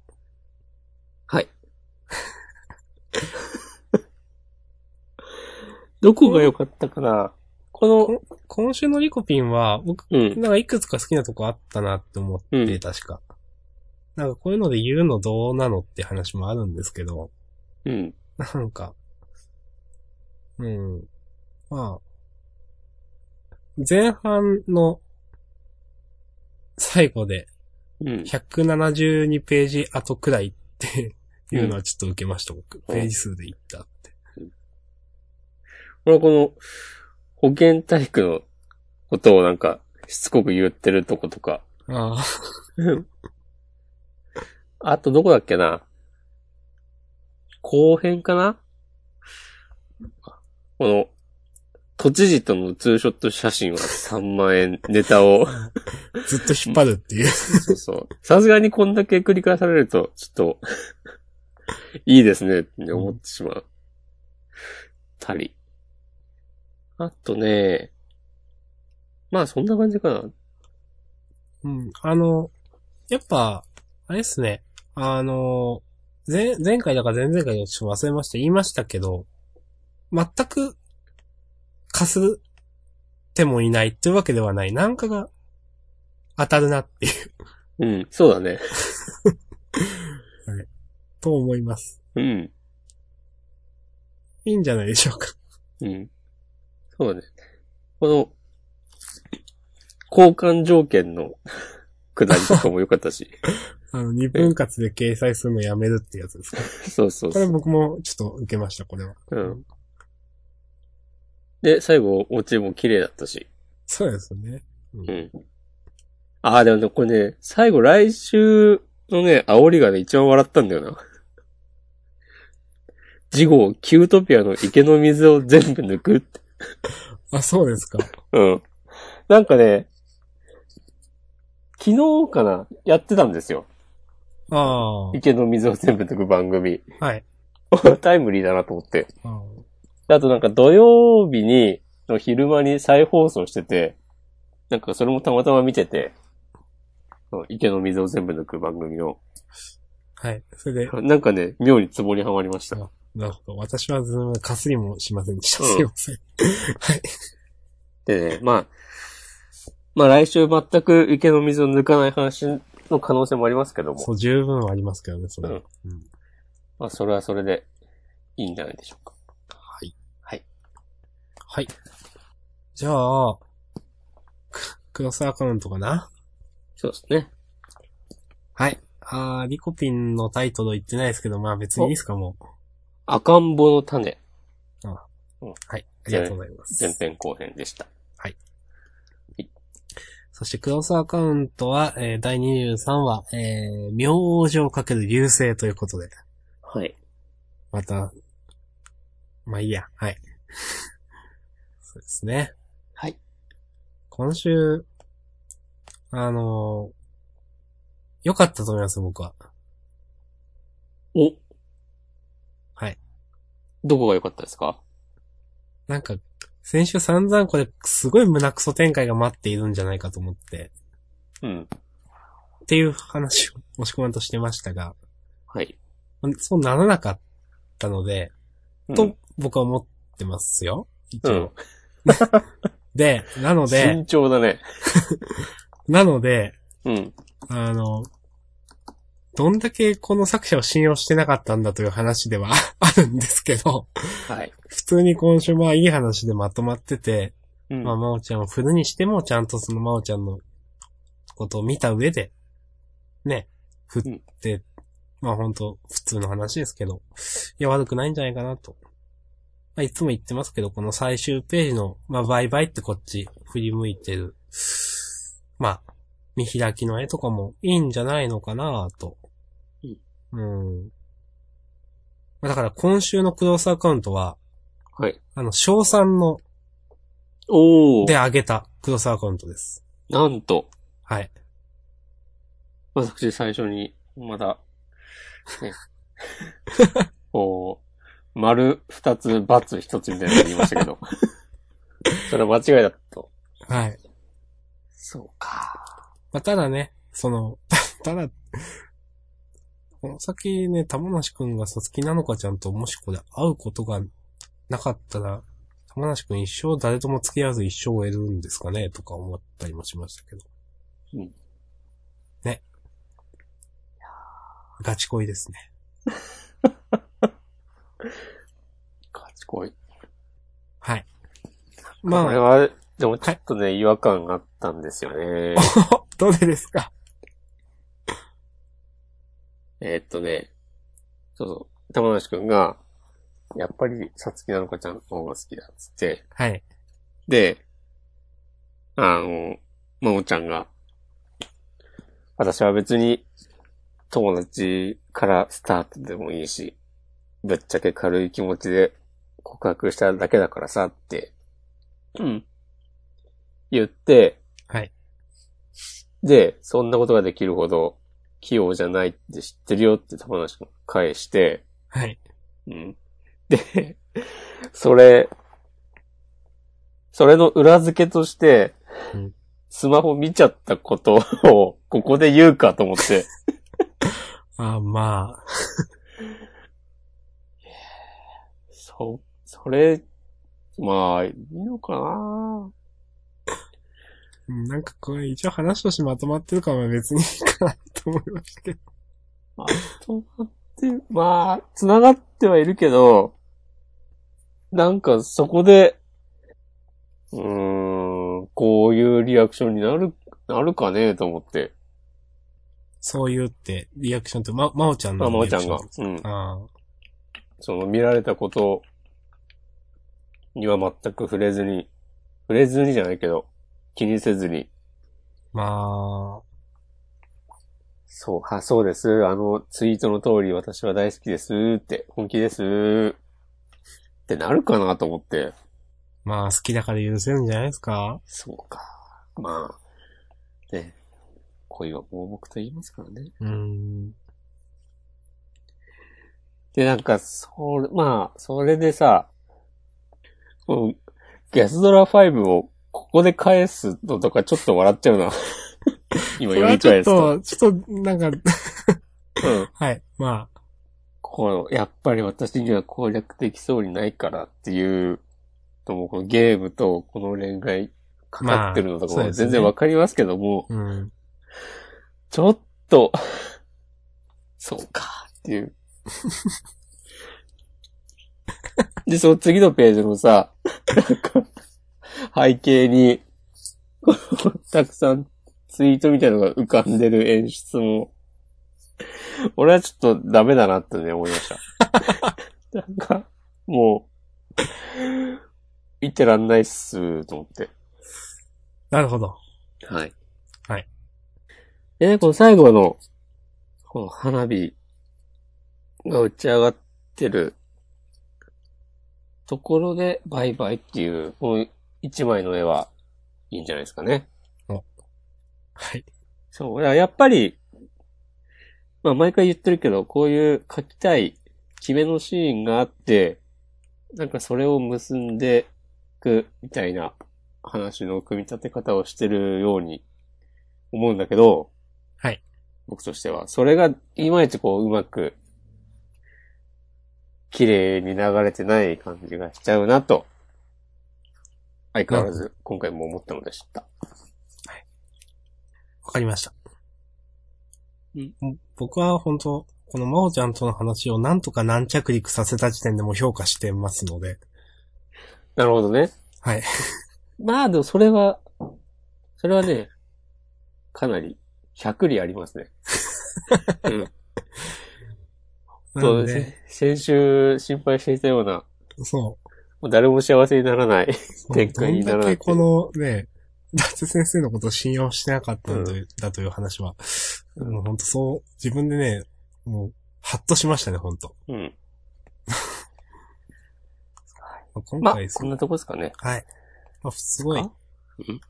はい。 どこが良かったかなこの、今週のリコピンは、僕、うん。なんかいくつか好きなとこあったなって思って、うん確か。なんかこういうので言うのどうなのって話もあるんですけど、うん。なんか、うん。まあ、前半の最後でうん。 172ページ後くらいっていうのはちょっと受けました、僕。ページ数でいったって。俺はこの、保健体育のことをなんか、しつこく言ってるとことか。ああ、 あとどこだっけな後編かなこの、都知事とのツーショット写真は3万円ネタを。ずっと引っ張るっていう。そうそう。さすがにこんだけ繰り返されると、ちょっと、 いいですねって思ってしまう。たり。あとね、まあそんな感じかな。うん。あの、やっぱ、あれですね。あの、前、前回だか前々回だかちょっと忘れました。言いましたけど、全く、貸すてもいないっていうわけではない。なんかが、当たるなっていう、うん、そうだね。と思います。うん、いいんじゃないでしょうか。うん。そうだね。この、交換条件のくだりとかも良かった し。あの、二分割で掲載するのやめるってやつですか。そうそうこそれう。僕もちょっと受けました、これは。うん。で、最後、お家も綺麗だったし。そうですね。うん。ああ、でもね、これね、最後来週のね、煽りがね、一番笑ったんだよな。次号、キュートピアの池の水を全部抜くって。あ、そうですか。うん。なんかね、昨日かなやってたんですよ。ああ、は池の水を全部抜く番 組。い。タイムリーだなと思って。あああとなんか土曜日に、の昼間に再放送してて、なんかそれもたまたま見てて、その池の水を全部抜く番組を。はい。それで、なんかね、妙にツボにはまりました。なるほど。私はずかすりもしませんでした。うんすいません。はい。でね、まあ、まあ来週全く池の水を抜かない話の可能性もありますけどそも、う、十分ありますけどね、それ。うんまあそれはそれでいいんじゃないでしょうか。はい。はい。はい。じゃあ、ククロスアカウントかなそうですね。はい。あー、リコピンのタイトル言ってないですけど、まあ別にいいですか、もう。赤ん坊の種、はい。ありがとうございます。前編後編でした。そして、クロスアカウントは、えー、第23話、えー、明星をかける流星ということで、はい。また、まあいいや、はい。そうですね。はい。今週、あのー良かったと思います、僕は。おはい。どこが良かったですかなんか、先週散々これ、すごい胸クソ展開が待っているんじゃないかと思って、うん。っていう話を、もし込まんとしてましたが、はい。そうならなかったので、うとん、僕は思ってますよ。一う応。ん。 で、なの で、慎重だね。なので、うん。あの、どんだけこの作者を信用してなかったんだという話では あるんですけど、はい。普通に今週はいい話でまとまってて、うん。まあ、まおちゃんを振るにしても、ちゃんとそのまおちゃんのことを見た上で、ね、振って、まあ本当普通の話ですけど、いや、悪くないんじゃないかなと。まあ、いつも言ってますけど、この最終ページの、まあ、バイバイってこっち振り向いてる、まあ、見開きの絵とかもいいんじゃないのかなと。うん。まあだから今週のクロスアカウントは、はい。あの、賞賛の、おでー。上げたクロスアカウントです。なんと、はい。私最初に、まだ、 ね、こう、丸二つ、バツ一つみたいなの言いましたけ ど。それは間違いだと。はい。そうか。まあ、ただね、その、 たただ、この先ね、玉梨くんがさ、好きなのかちゃんともしこれ会うことがなかったら、玉梨くん一生誰とも付き合わず一生を得るんですかねとか思ったりもしましたけど。うんね。ガチ恋ですね。ガチ恋。はい。まあ。これまあ、 は、でもちょっとね、違和感があったんですよね。どれですかえーっとね、そうそう、玉梨くんが、やっぱり、さつきなのかちゃんの方が好きだっつって、はい。で、あの、まもちゃんが、私は別に、友達からスタートでもいいし、ぶっちゃけ軽い気持ちで告白しただけだからさって、うん。言って、はい。で、そんなことができるほど器用じゃないって知ってるよって玉梨君が返して、はい。うん。で、 それ、それの裏付けとしてうん、スマホ見ちゃったことを ここで言うかと 思って、あまあ、そ、それ、まあ、いいのかなうんなんかこれ一応話としてまとまってるから別にいいかなと思いましたけど。とまって、まあ、繋がってはいるけど、なんかそこで、うーん、こういうリアクションになる、なるかねと思って。そう言うって、リアクションって、ま、まおちゃんまあ、のまおリちアゃクシんョンが。うん。あその見られたことには全く触れずに、触れずにじゃないけど、気にせずに。あまそう、あ、そうです。あの、ツイートの通り私は大好きですって、本気ですってなるかなと思って。あ、まあ、好きだから許せるんじゃないですかそうか。まあ、ね。恋は盲目と言いますからね。うーん。で、なんか、それ、まあ、それでさ、こうギャスドラ5をここで返すのとかちょっと笑っちゃうな。今読みちょ返っすと。と、ちょっと、なんか、 うん。はい、まあ、こう、やっぱり私には攻略できそうにないからっていう、ともこのゲームとこの恋愛かかってるのとまあかそうもですね全然わかりますけども、うん。ちょっと、そうか、っていう。で、その次のページのさ、なんか、背景に、このたくさんツイートみたいのが浮かんでる演出も、俺はちょっとダメだなってね、思いました。なんか、もう、見てらんないっす、と思って。なるほど。はい。はい。でね、この最後の、この花火が打ち上がってるところで、バイバイっていう、この一枚の絵はいいんじゃないですかね。はい。そう、いややっぱり、まあ毎回言ってるけど、こういう描きたい決めのシーンがあって、なんかそれを結んでいくみたいな話の組み立て方をしてるように思うんだけど、はい。僕としては。それがいまいちこううまく、綺麗に流れてない感じがしちゃうなと、相変わらず今回も思ったのでした。わかりました。うん僕は本当このまおちゃんとの話をなんとか軟着陸させた時点でもう評価してますので、なるほどね。はい。 まあでもそれは、それはね、かなり100里ありますね。 うんなそのうです。ね。先週心配していたような、そう。もう誰も幸せにならない。展開にならどんなだけいこのね、伊達先生のことを信用してなかったんだ,、だという話は、もう本当そう、自分でね、もう、ハッとしましたね、本当うん。今まあ回、すこんなとこですかね。はい。まあ、すごい。かうん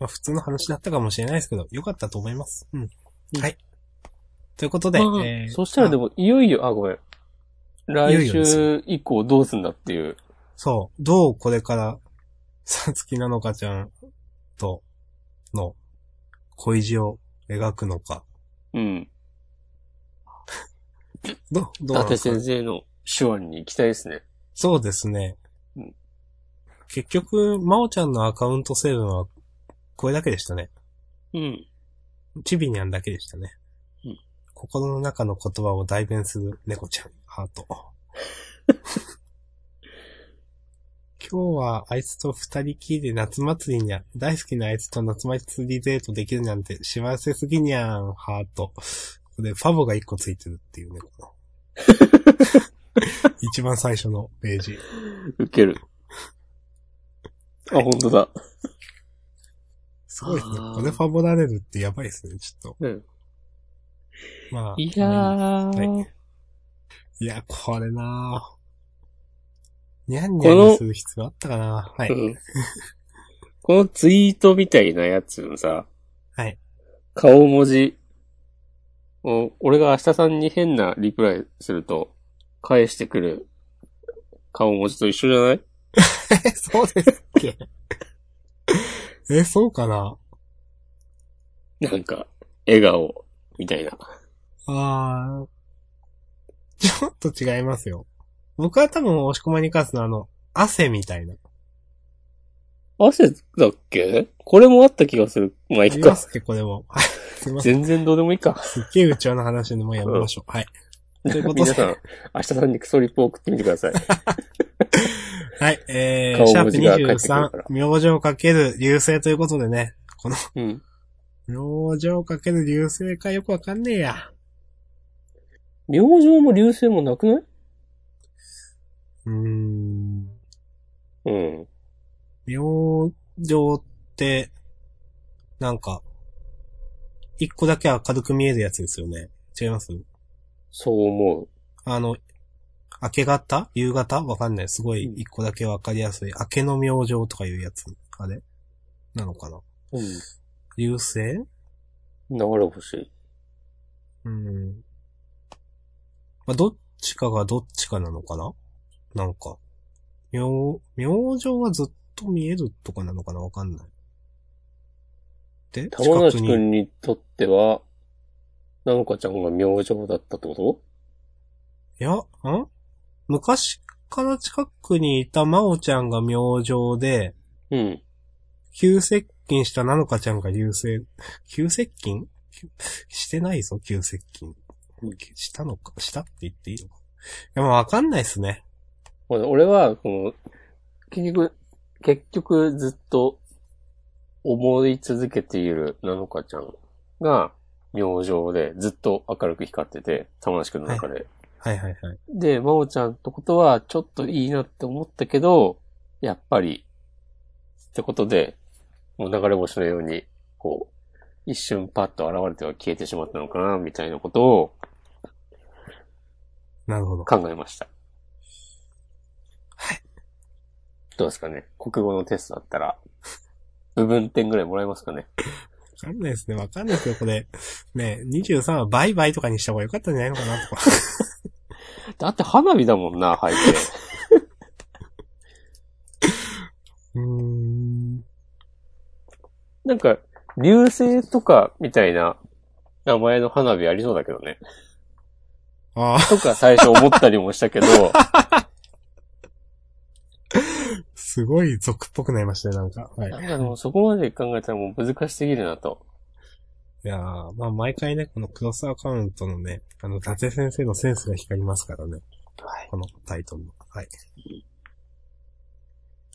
まあ、普通の話だったかもしれないですけど、良かったと思います。うん。んはい。ということで、まあえーそしたらであも、いよいよ、あ、ごめん。いよい来よです週以降どうすんだっていう。そう、どうこれから、さつきなのかちゃんとの恋路を描くのか。うん。ど、どう伊なんで達すか先生の手腕に期待ですね。そうですねうん。結局、まおちゃんのアカウント成分は、これだけでしたね。うん。チビニャンだけでしたね。うん心の中の言葉を代弁する猫ちゃん、ハー ト。今日はあいつと二人きりで夏祭りにゃ、大好きなあいつと夏祭りデートできるなんて幸せすぎにゃん、ハート。これ、ファボが一個ついてるっていうね、こ の。一番最初のページ。受ける。あ、本当だ。すごいですねあ。ーこれファボられるってやばいですね、ちょっと。うん。まあ。いやー。はいいや、これなぁ。にゃんにゃんにする必要あったかなぁ。はい。うんこのツイートみたいなやつのさ、はい。顔文字を、俺が明日さんに変なリプライすると、返してくる顔文字と一緒じゃないえ、 そうですっけえ、そうかななんか、笑顔、みたいな。あー。ちょっと違いますよ。僕は多分、押し込まに関すのはあの、汗みたいな。汗だっけこれもあった気がする。まあ、いあいりまか。すっけ、これも。はい。すいません。全然どうでもいいか。すっげえうちわの話でもうやめましょう。はい。ということ皆さんで、、明日さんにクソリップを送ってみてください。はい、えー、シャー顔文プ字が返ってくるから23、明星かける流星ということでね、このうん。明星かける流星かよくわかんねえや。明星も流星もなくないうーん。うん。明星って、なんか、一個だけ明るく見えるやつですよね。違いますそう思う。あの、明け方夕方わかんない。すごいうん一個だけわかりやすい。明けの明星とかいうやつ。あれなのかなうん。流星流れ星。うん。まあ、どっちかがどっちかなのかななんか。明、明星はずっと見えるとかなのかなわかんない。で、玉近梨くくんにとっては、なのかちゃんが明星だったってこといや、ん昔から近くにいた真央ちゃんが明星で、うん。急接近したなのかちゃんが流星、急接近急してないぞ、急接近。したのかしたって言っていいのかいや、まあわかんないっすね。ほら俺は、この、結局、結局ずっと思い続けているなのかちゃんが明星でずっと明るく光ってて、玉梨くんの中で。はいはいはい。で、まおちゃんってことはちょっといいなって思ったけど、やっぱり、ってことで、もう流れ星のように、こう、一瞬パッと現れては消えてしまったのかな、みたいなことをなるほど。考えました。はい。どうですかね国語のテストだったら、部分点ぐらいもらえますかねわかんないですね。わかんないですよ、これ。ね23はバイバイとかにした方が良かったんじゃないのかなとか。だって花火だもんな、背景。うーん。なんか、流星とかみたいな名前の花火ありそうだけどね。ああ、とか最初思ったりもしたけど、すごい俗っぽくなりましたね、なんか。はい。なんかでもそこまで考えたらもう難しすぎるなと。いやー、まあ毎回ね、このクロスアカウントのね、あの、伊達先生のセンスが光りますからね。はい。このタイトルの。はい。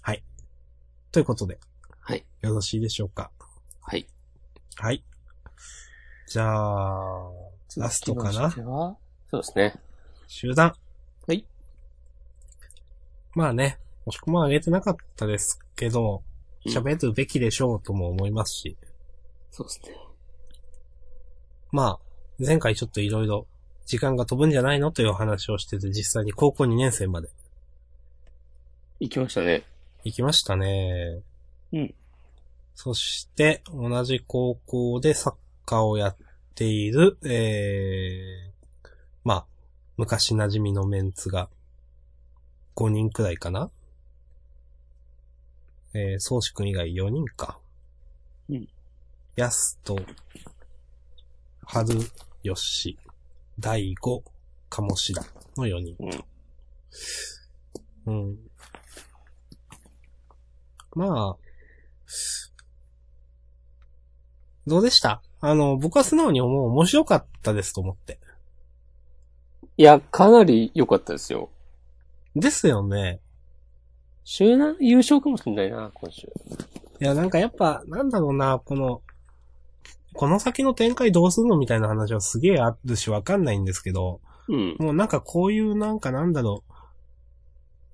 はい。ということで、はい。よろしいでしょうか。はい。はい。じゃあ、ラストかな続きましてはそうですね。集団。はい。まあね、もしくも上げてなかったですけど、喋るべきでしょうとも思いますし、そうですね。まあ、前回ちょっといろいろ時間が飛ぶんじゃないのというお話をしてて、実際に高校2年生まで行きましたね。行きましたね。うん。そして、同じ高校でサッカーをやっている、えー、まあ、昔馴染みのメンツが、5人くらいかなえー、宗志くん以外4人か。うん。やすと、はる、よし、大悟、かもしらの4人。うん。まあ、どうでしたあの、僕は素直に思う面白かったですと思って。いや、かなり良かったですよ。ですよね。集団優勝かもしれないな、今週。いや、なんかやっぱ、なんだろうな、この、この先の展開どうするのみたいな話はすげえあるしわかんないんですけど、うん。もうなんかこういうなんかなんだろう。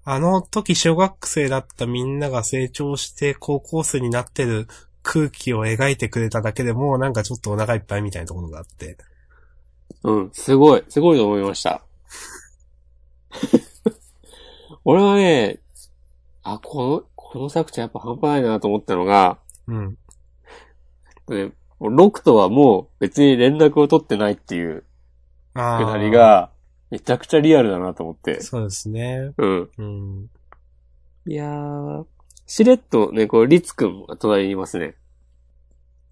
あの時小学生だったみんなが成長して高校生になってる空気を描いてくれただけでもうなんかちょっとお腹いっぱいみたいなところがあって。うん、すごい、すごいと思いました。 俺はね、あ、この、この作者やっぱ半端ないなと思ったのが、うん。ね、もうロクとはもう別に連絡を取ってないっていうあくーだり。が、めちゃくちゃリアルだなと思って。そうですね。うん。うん。いやー、しれっとね、こう、リツくんが隣にいますね。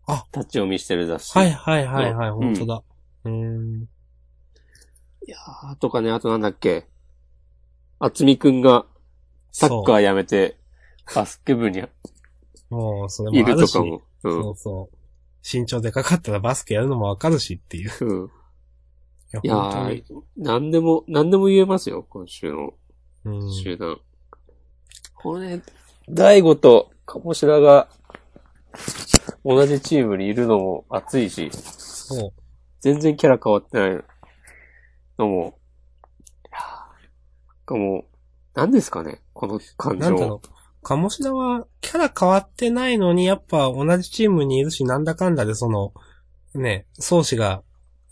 あ立ち読みしてる雑誌。はいはいはいはい、うん本当だ。うん。いやー、とかね、あとなんだっけ。あつみくんがサッカーやめて、バスケ部にそう。もう、それいもあるるとし。かも。うんそうそう。身長でかかったらバスケやるのもわかるしっていう。いうん。や、いや本当にー、なんでも、なんでも言えますよ、今週のうん。集団。これね、大悟と鴨白が同じチームにいるのも熱いし、そう。全然キャラ変わってないのも、いやーなんかもう、何ですかね、この感なんだ情ろ。う。鴨志田は、キャラ変わってないのに、やっぱ同じチームにいるし、なんだかんだで、その、ね、宗師が、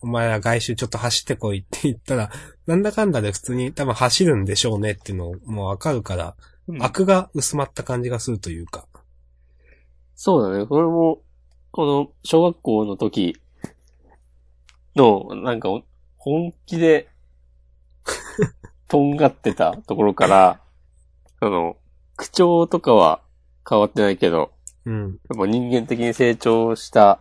お前ら外周ちょっと走ってこいって言ったら、なんだかんだで普通に多分走るんでしょうねっていうのもわかるから、うん悪が薄まった感じがするというか。そうだね。これも、この、小学校の時の、なんか、本 気で、とんがってたところから、あの、口調とかは変わってないけど、うん。やっぱ人間的に成長した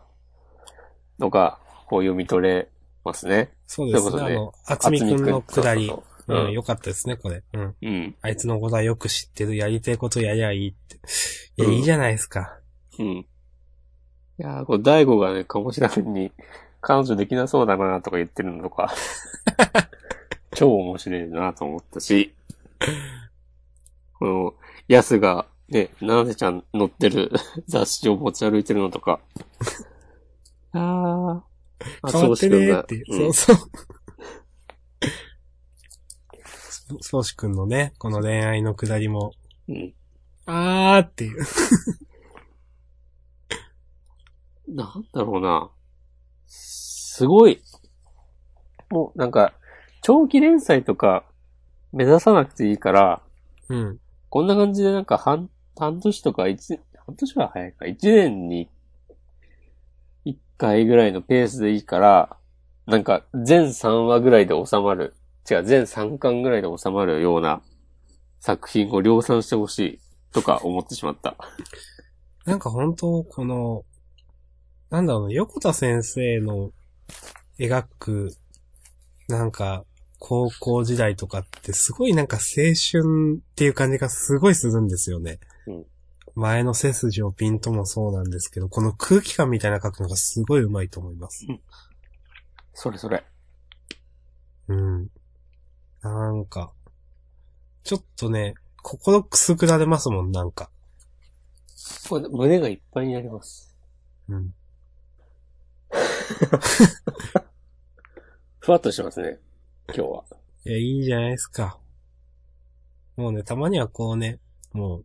のが、こう読み取れますね。そうですといね。うことあでの、厚みくんのくだりそう。そうそううん、良かったですね、これ。うん。うん。うん。あいつのことはよく知ってる、やりたいことやりゃいいって。いや、うんいいじゃないですか。うん。いやー、こう、大悟がね、鴨志田君に、彼女できなそうだなとか言ってるの とか、超面白いなと思ったし、この、ヤスが、ね、七瀬ちゃん乗ってる 雑誌を持ち歩いてるのとか、あー、変わってねーっていう。そそうううん そう。そうしくんのね、この恋愛のくだりも、うん。あーっていう。なんだろうな。すごい。もう、なんか、長期連載とか、目指さなくていいから、うん。こんな感じでなんか半、半年とか一、半年は早いか、一年に一回ぐらいのペースでいいから、なんか全3話ぐらいで収まる。違う、全3巻ぐらいで収まるような作品を量産してほしいとか思ってしまった。なんか本当この、なんだろうな、横田先生の描く、なんか、高校時代とかってすごいなんか青春っていう感じがすごいするんですよね。うん前の背筋をピンともそうなんですけど、この空気感みたいな描くのがすごい上手いと思います。それそれ。うん。なんか、ちょっとね、心くすぐられますもん、なんか。これ胸がいっぱいになります。うん。ふわっとしてますね。今日は。いや、いいじゃないですか。もうね、たまにはこうね、もう、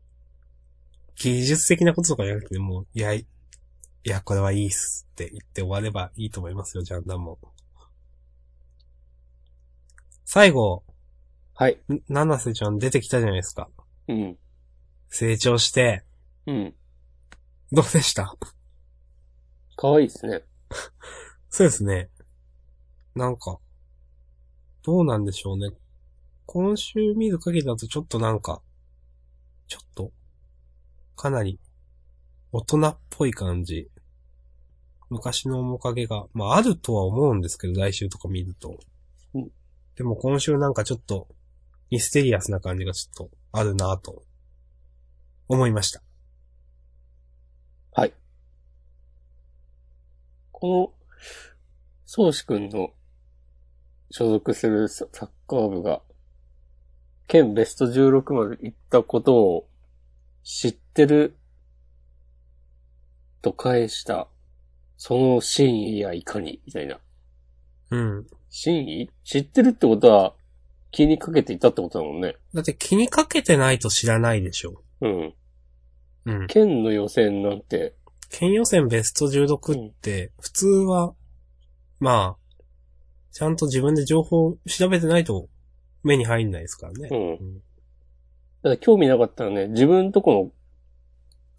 技術的なこととかじゃなくて、もう、いや、いや、これはいいっすって言って終わればいいと思いますよ、ジャンダンも。最後、はい。ん七瀬ちゃん出てきたじゃないですか。うん。成長して、うん。どうでしたかわいいですね。そうですね。なんか、どうなんでしょうね。今週見る限りだとちょっとなんか、ちょっと、かなり、大人っぽい感じ。昔の面影が、まああるとは思うんですけど、来週とか見ると。うんでも今週なんかちょっと、ミステリアスな感じがちょっとあるなぁと、思いました。この、宗志くんの所属するササッカー部が、県ベスト16まで行ったことを知ってると返した、その真意やいかに、みたいな。うん。真意知ってるってことは気にかけていたってことだもんね。だって気にかけてないと知らないでしょ。うん。うん。県の予選なんて、県予選ベスト16って、普通は、まあ、ちゃんと自分で情報を調べてないと目に入んないですからうね。ん。だから興味なかったらね、自分とこの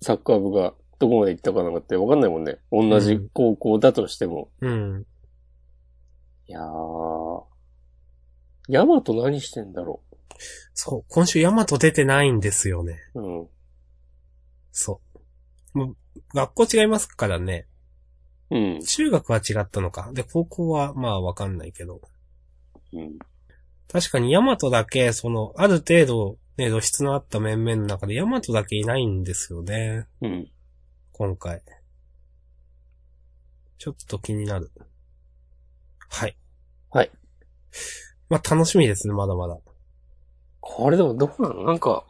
サッカー部がどこまで行ったかなんかってわかんないもんね。同じ高校だとしても。うん。いやー。ヤマト何してんだろそう、今週ヤマト出てないんですよね。う。うん。そう。もう学校違いますからね。うん。中学は違ったのか。で、高校はまあわかんないけど。うん。確かにヤマトだけ、その、ある程度、ね、露出のあった面々の中でヤマトだけいないんですよね。うん。今回。ちょっと気になる。はい。はい。まあ、楽しみですね、まだまだ。これでもどうなのなんか、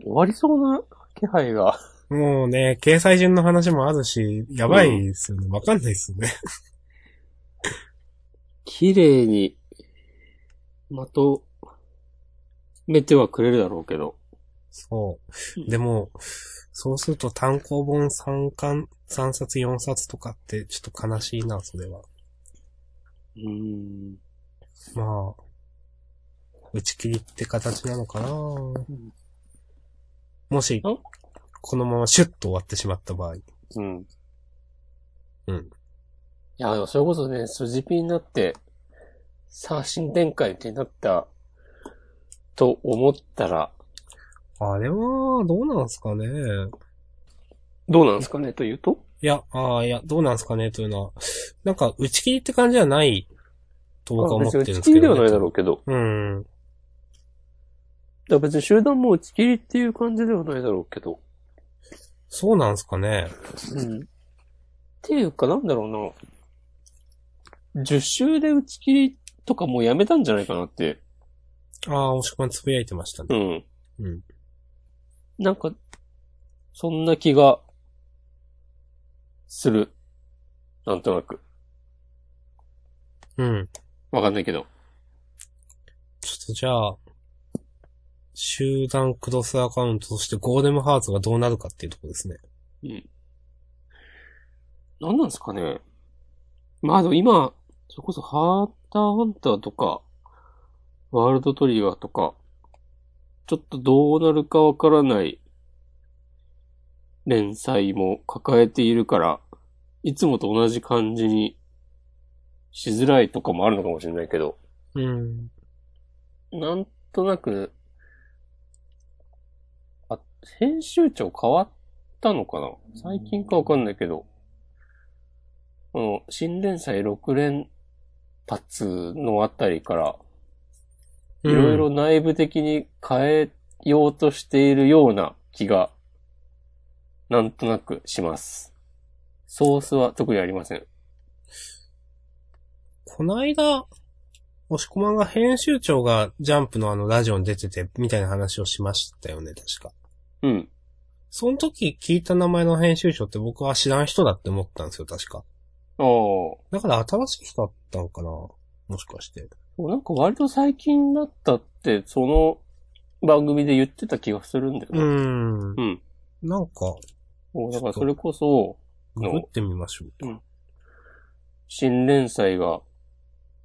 終わりそうな気配が。もうね、掲載順の話もあるし、やばいですよね。わ、かんないですよね。綺麗に、まとめてはくれるだろうけど。そう。でも、そうすると単行本3巻、3冊4冊とかってちょっと悲しいな、それは。うん。まあ、打ち切りって形なのかな、もし、あこのままシュッと終わってしまった場合。うん。うんいや、でもそれこそね、筋ピンになって、さあ、新展開ってなった、と思ったら、あれは、どうなんすかね。どうなんですかねというといや、ああ、いや、どうなんすかね、というのは、なんか、打ち切りって感じじゃない、と僕は思ってるん別ですに打ちけ切りでど、はないね。だろうけど。だかうん。ら別に集団も打ち切りっていう感じではないだろうけど。そうなんすかね。うん。っていうか、なんだろうな。10周で打ち切りとかもうやめたんじゃないかなって。ああ、おしくまんつぶやいてましたうね。ん。うん。なんか、そんな気が、する。なんとなく。うん。わかんないけど。ちょっとじゃあ、集団クロスアカウントとしてゴーレムハーツがどうなるかっていうところですね。なんなんですかね。まあでも今、それこそハーターハンターとか、ワールドトリガーとか、ちょっとどうなるかわからない連載も抱えているから、いつもと同じ感じにしづらいとかもあるのかもしれないけど、うん。なんとなく、あ、編集長変わったのかな最近かわかんないけど、この、新連載6連発のあたりから、いろいろ内部的に変えようとしているような気が、なんとなくします。ソースは特にありません。こないだ、押し込まんが編集長がジャンプのあのラジオに出てて、みたいな話をしましたよね、確か。うん。その時聞いた名前の編集長って僕は知らん人だって思ったんですよ、確か。ああ、だから新しい人だったのかな。もしかして。なんか割と最近だったって、その番組で言ってた気がするんだようね。ん。うん。なんか、そうだからそれこそ、ググってみましょう。新連載が、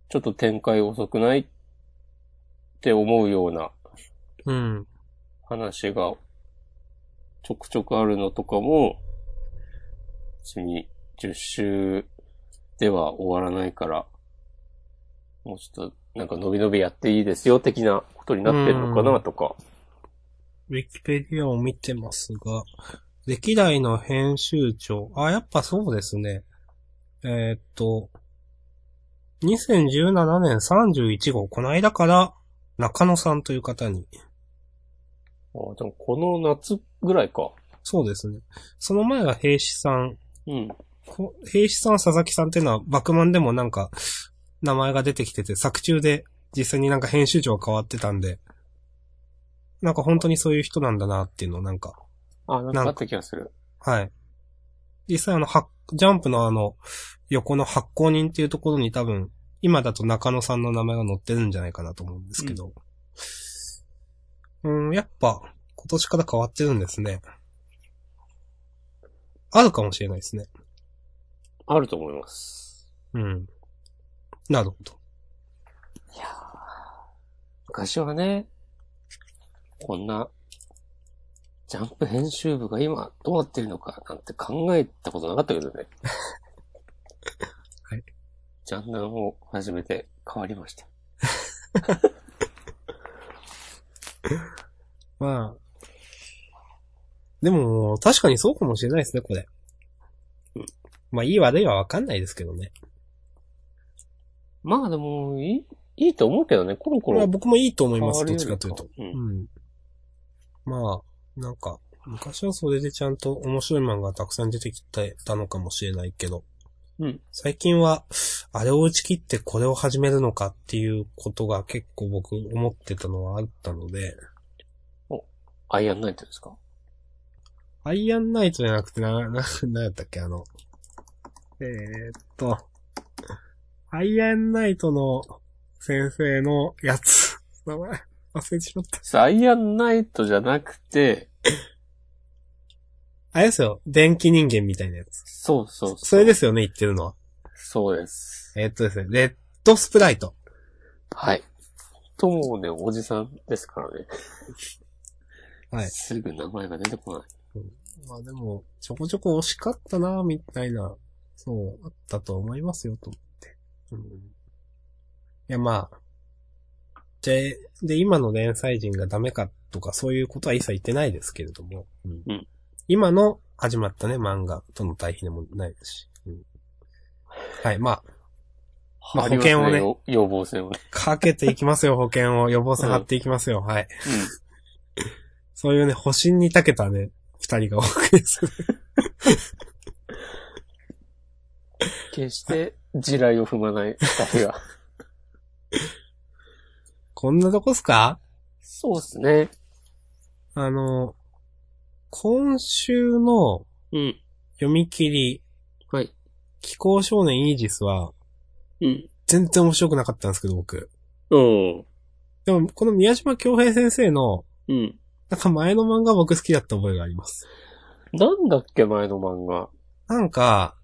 ちょっと展開遅くないって思うようなうん。話が、ちょくちょくあるのとかも、別に10週では終わらないから、もうちょっと、なんか伸び伸びやっていいですよ、的なことになってるのかな、とか。ウィキペディアを見てますが、歴代の編集長、あ、やっぱそうですね。えーっと、2017年31号、この間から中野さんという方に、あでもこの夏ぐらいか。そうですね。その前は平氏さん、うん。こ平氏さん、佐々木さんっていうのは、バクマンでもなんか、名前が出てきてて、作中で実際になんか編集長が変わってたんで、なんか本当にそういう人なんだなっていうのをなんか、あ、なんかあった気がする。はい。実際あの、はジャンプのあの、横の発行人っていうところに多分、今だと中野さんの名前が載ってるんじゃないかなと思うんですけど。うん、やっぱ、今年から変わってるんですね。あるかもしれないですね。あると思います。うん。なるほど。いやー昔はね、こんな、ジャンプ編集部が今どうなってるのかなんて考えたことなかったけどね。 はい。ジャンダンを始めて変わりました。まあ。でも、確かにそうかもしれないですね、これ。うんまあ、いい悪いはわかんないですけどね。まあでも、いい、いいと思うけどね、コロコまあ、ロ僕もいいと思いま変わす、るどよっりちか。かというと。うん。うん。まあ、なんか、昔はそれでちゃんと面白い漫画がたくさん出てきてたのかもしれないけど、うん。最近は、あれを打ち切ってこれを始めるのかっていうことが結構僕思ってたのはあったので、アイアンナイトですかアイアンナイトじゃなくてな、な、なんやったっけ、あの、えー、っと、アイアンナイトの先生のやつ、 名前忘れちまった。アイアンナイトじゃなくて、あれですよ、電気人間みたいなやつ。そうそうそう。それですよね、言ってるのは。そうです。えっとですね、レッドスプライト。はい。ともね、おじさんですからね。はいすぐ名前が出てこない。まあでも、ちょこちょこ惜しかったな、みたいな、そう、あったと思いますよ、と思って。うん、いや、まあ。で、で、今の連載人がダメかとか、そういうことは一切言ってないですけれども。うんうん今の始まったね、漫画との対比でもないですし。うんはい、まあ、まあ保険をねありますよ予防線をね。かけていきますよ、 保険を。予防線張っていきますよ、はい。そういうね、保身に長けたね、二人がお 送りする。決して、地雷を踏まない二人が。こんなとこっすか そうですね。あの、今週のうん。読み切り、はい。気候少年イージスは、うん。全然面白くなかったんですけど、僕。うん。でも、この宮島京平先生の、うん。なんか前の漫画僕好きだった覚えがあります。なんだっけ、前の漫画。なんか、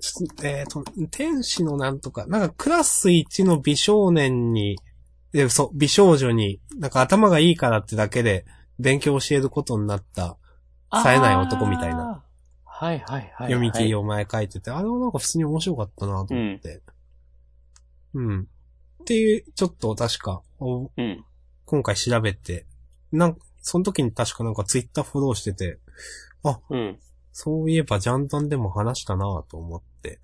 ちょっとえっ、と、天使のなんとか、なんかクラス1の美少年に、で、そう、美少女に、なんか頭がいいからってだけで、勉強を教えることになった冴えない男みたいなあー。はいはいはい、はい。読み切りを前書いてて、あれはなんか普通に面白かったなと思って。うん。っていう、ちょっと確か、おうん。今回調べて、なんその時に確かなんかツイッターフォローしてて、うん。そういえばジャンダンでも話したなと思って。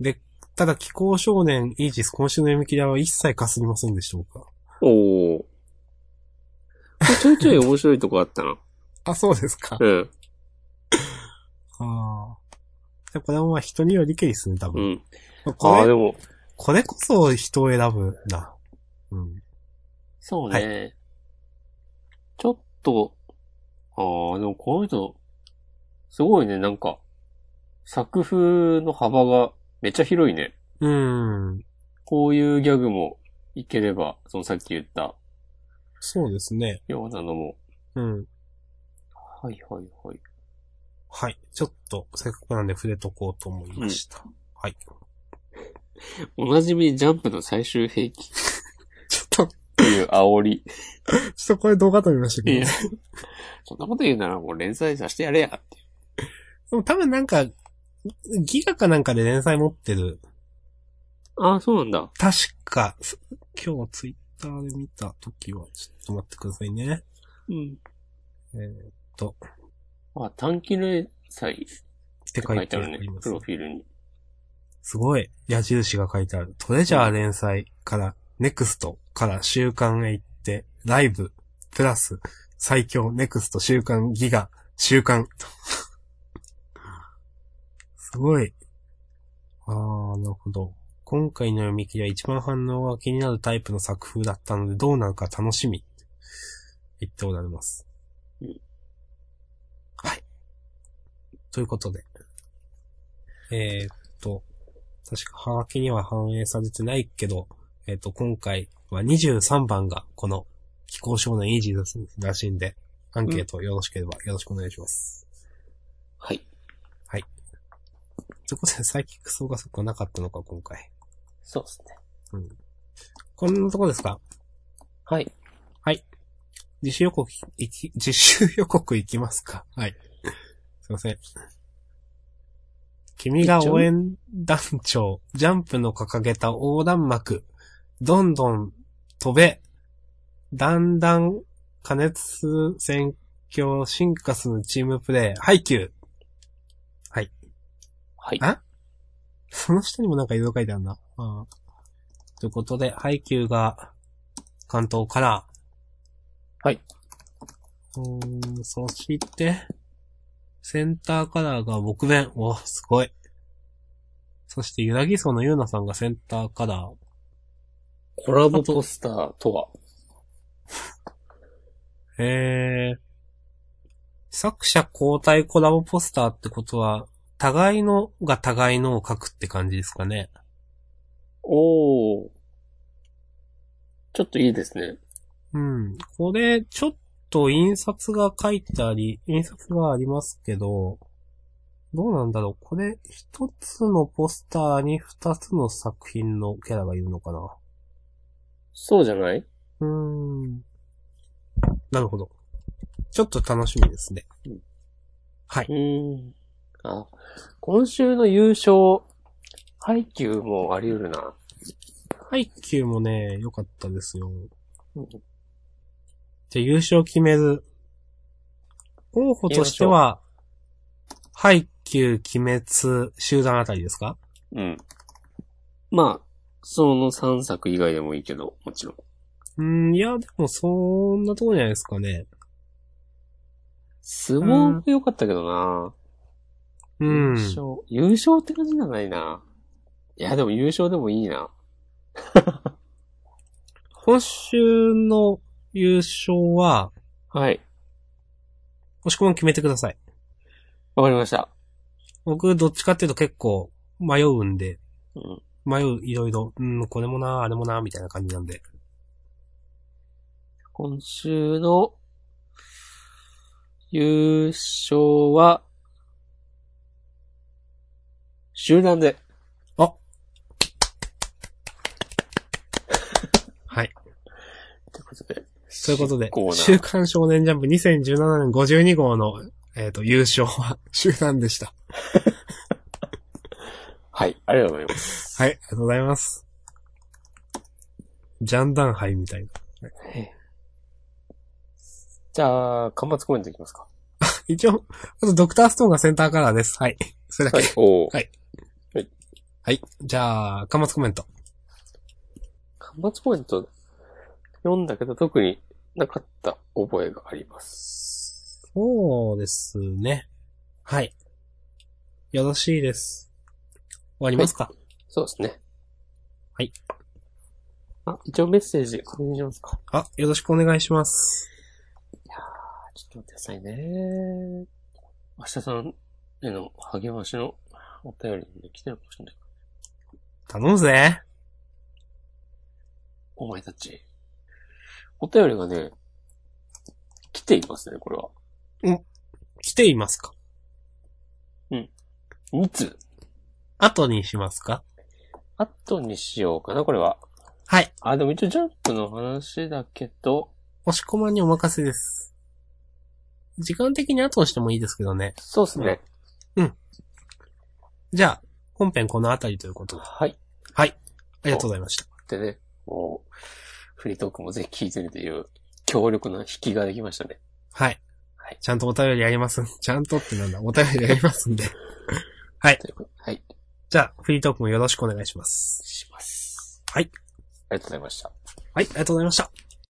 で、ただ気候少年イージス今週の読み切りは一切かすりませんでしょうかおお。これちょいちょい面白いとこあったな。あ、そうですか。うん。ああ。でこれはまあ人によりけりですね、多う分。ん。あこあ、でれ、も、これこそ人を選ぶな。うん。そうね。ちょっと、ああ、でもこの人、すごいね、なんか、作風の幅がめっちゃ広いね。うん。こういうギャグもいければ、そのさっき言ったそうですね。ようなのも。うん。はいはいはい。はい。ちょっと、せっかくなんで触れとこうと思いました。はい。おなじみジャンプの最終兵器。ちょっと。っていう煽り。ちょっとこれ動画撮りましたいけどや。 そんなこと言うならもう連載させてやれやって。でも多分なんか、ギガかなんかで連載持ってる。ああ、そうなんだ。確か、す今日ツイッターで見た時は、ちょっと待ってくださいね。うん。えーっと、あ、短期連載ってって書書いいててああるねり。まプすロ。フィールに。すごい、矢印が書いてある。トレジャー連載から、ネクストから週刊へ行って、ライブ、プラス、最強、ネクスト、週刊、ギガ、週刊。 すごい。あー、なるほど。今回の読み切りは一番反応が気になるタイプの作風だったので、どうなるか楽しみ。言っておられますうん。はい。ということで。えー、っと、確かハガキには反映されてないけど、えっ、と、今回は23番がこの気候少年イージーですらしいんで、アンケートよろしければよろしくお願いします。はい。ということで、サイキック総合速はなかったのか、今回。そうですね。こんなとこですかはい。自習予告いき、自習予告いきますかはい。すいません。君が応援団長、ジャンプの掲げた横断幕、どんどん飛べ、だんだん加熱する戦況、進化するチームプレイ、ハイキューはいあ。その下にもなんか色々書いてあるな。うん。ということで、ハイキューが関東カラー。はい。うーん、そして、センターカラーが僕弁。お、すごい。そして、ゆらぎそうのゆうなさんがセンターカラー。コラボポスターとは。えー、作者交代コラボポスターってことは、互いのが互いのを書くって感じですかね。おー。ちょっといいですね。うん。これ、ちょっと印刷が書いてあり、印刷がありますけど、どうなんだろう。これ、一つのポスターに二つの作品のキャラがいるのかな。そうじゃないう。ーん。なるほど。ちょっと楽しみですね。はいうーん。あ、今週の優勝、ハイキューもあり得るな。ハイキューもね、良かったですよ。うんじゃあ優勝決める。候補としては、ハイキュー、鬼滅、集団あたりですかうん。まあ、その3作以外でもいいけど、もちろうん。ん、いや、でもそんなとこじゃないですかね。相撲も良かったけどな、うん。優勝。優勝って感じじゃないな。いや、でも優勝でもいいな。今週の優勝は、はい。星子も決めてください。わかりました。僕、どっちかっていうと結構迷うんで、うん。迷う、いろいろ、うん、これもな、あれもな、みたいな感じなんで。今週の優勝は、集団で。 はい。ということで。ということでコー、ナー週刊少年ジャンプ2017年52号の、えっ、と、優勝は 集団でした。はい。ありがとうございます。はい、ありがとうございます。ジャンダン杯みたいな。じゃあ、間末コメントいきますか。一応、あとドクターストーンがセンターカラーです。はい。それだけ。おーはいはい。じゃあ、巻末コメント。間末コメント、読んだけど特になかった覚えがあります。そうですね。はい。よろしいです。終わりますか、そうですね。はい。あ、一応メッセージ確認しますか。あ、よろしくお願いします。あちょっと待ってくださいね。明日さんへの励ましのお便りで来てるかもしれない。頼むぜ。お前たち。お便りがね、来ていますね、これは。来ていますか2通。後にしますか後にしようかな、これは。はい。あ、でも一応ジャンプの話だけど、押し込まんにお任せです。時間的に後をしてもいいですけどね。そうですね。じゃあ、本編このあたりということで。あはい。りがとうございました。でね、もう、フリートークもぜひ聞いてるという、強力な引きができましたね。はい。はいちゃんとお便りやります。 ちゃんとってなんだ。お便りやりますんで。ということではい。じゃあ、フリートークもよろしくお願いします。します。はい。ありがとうございました。はい、ありがとうございました。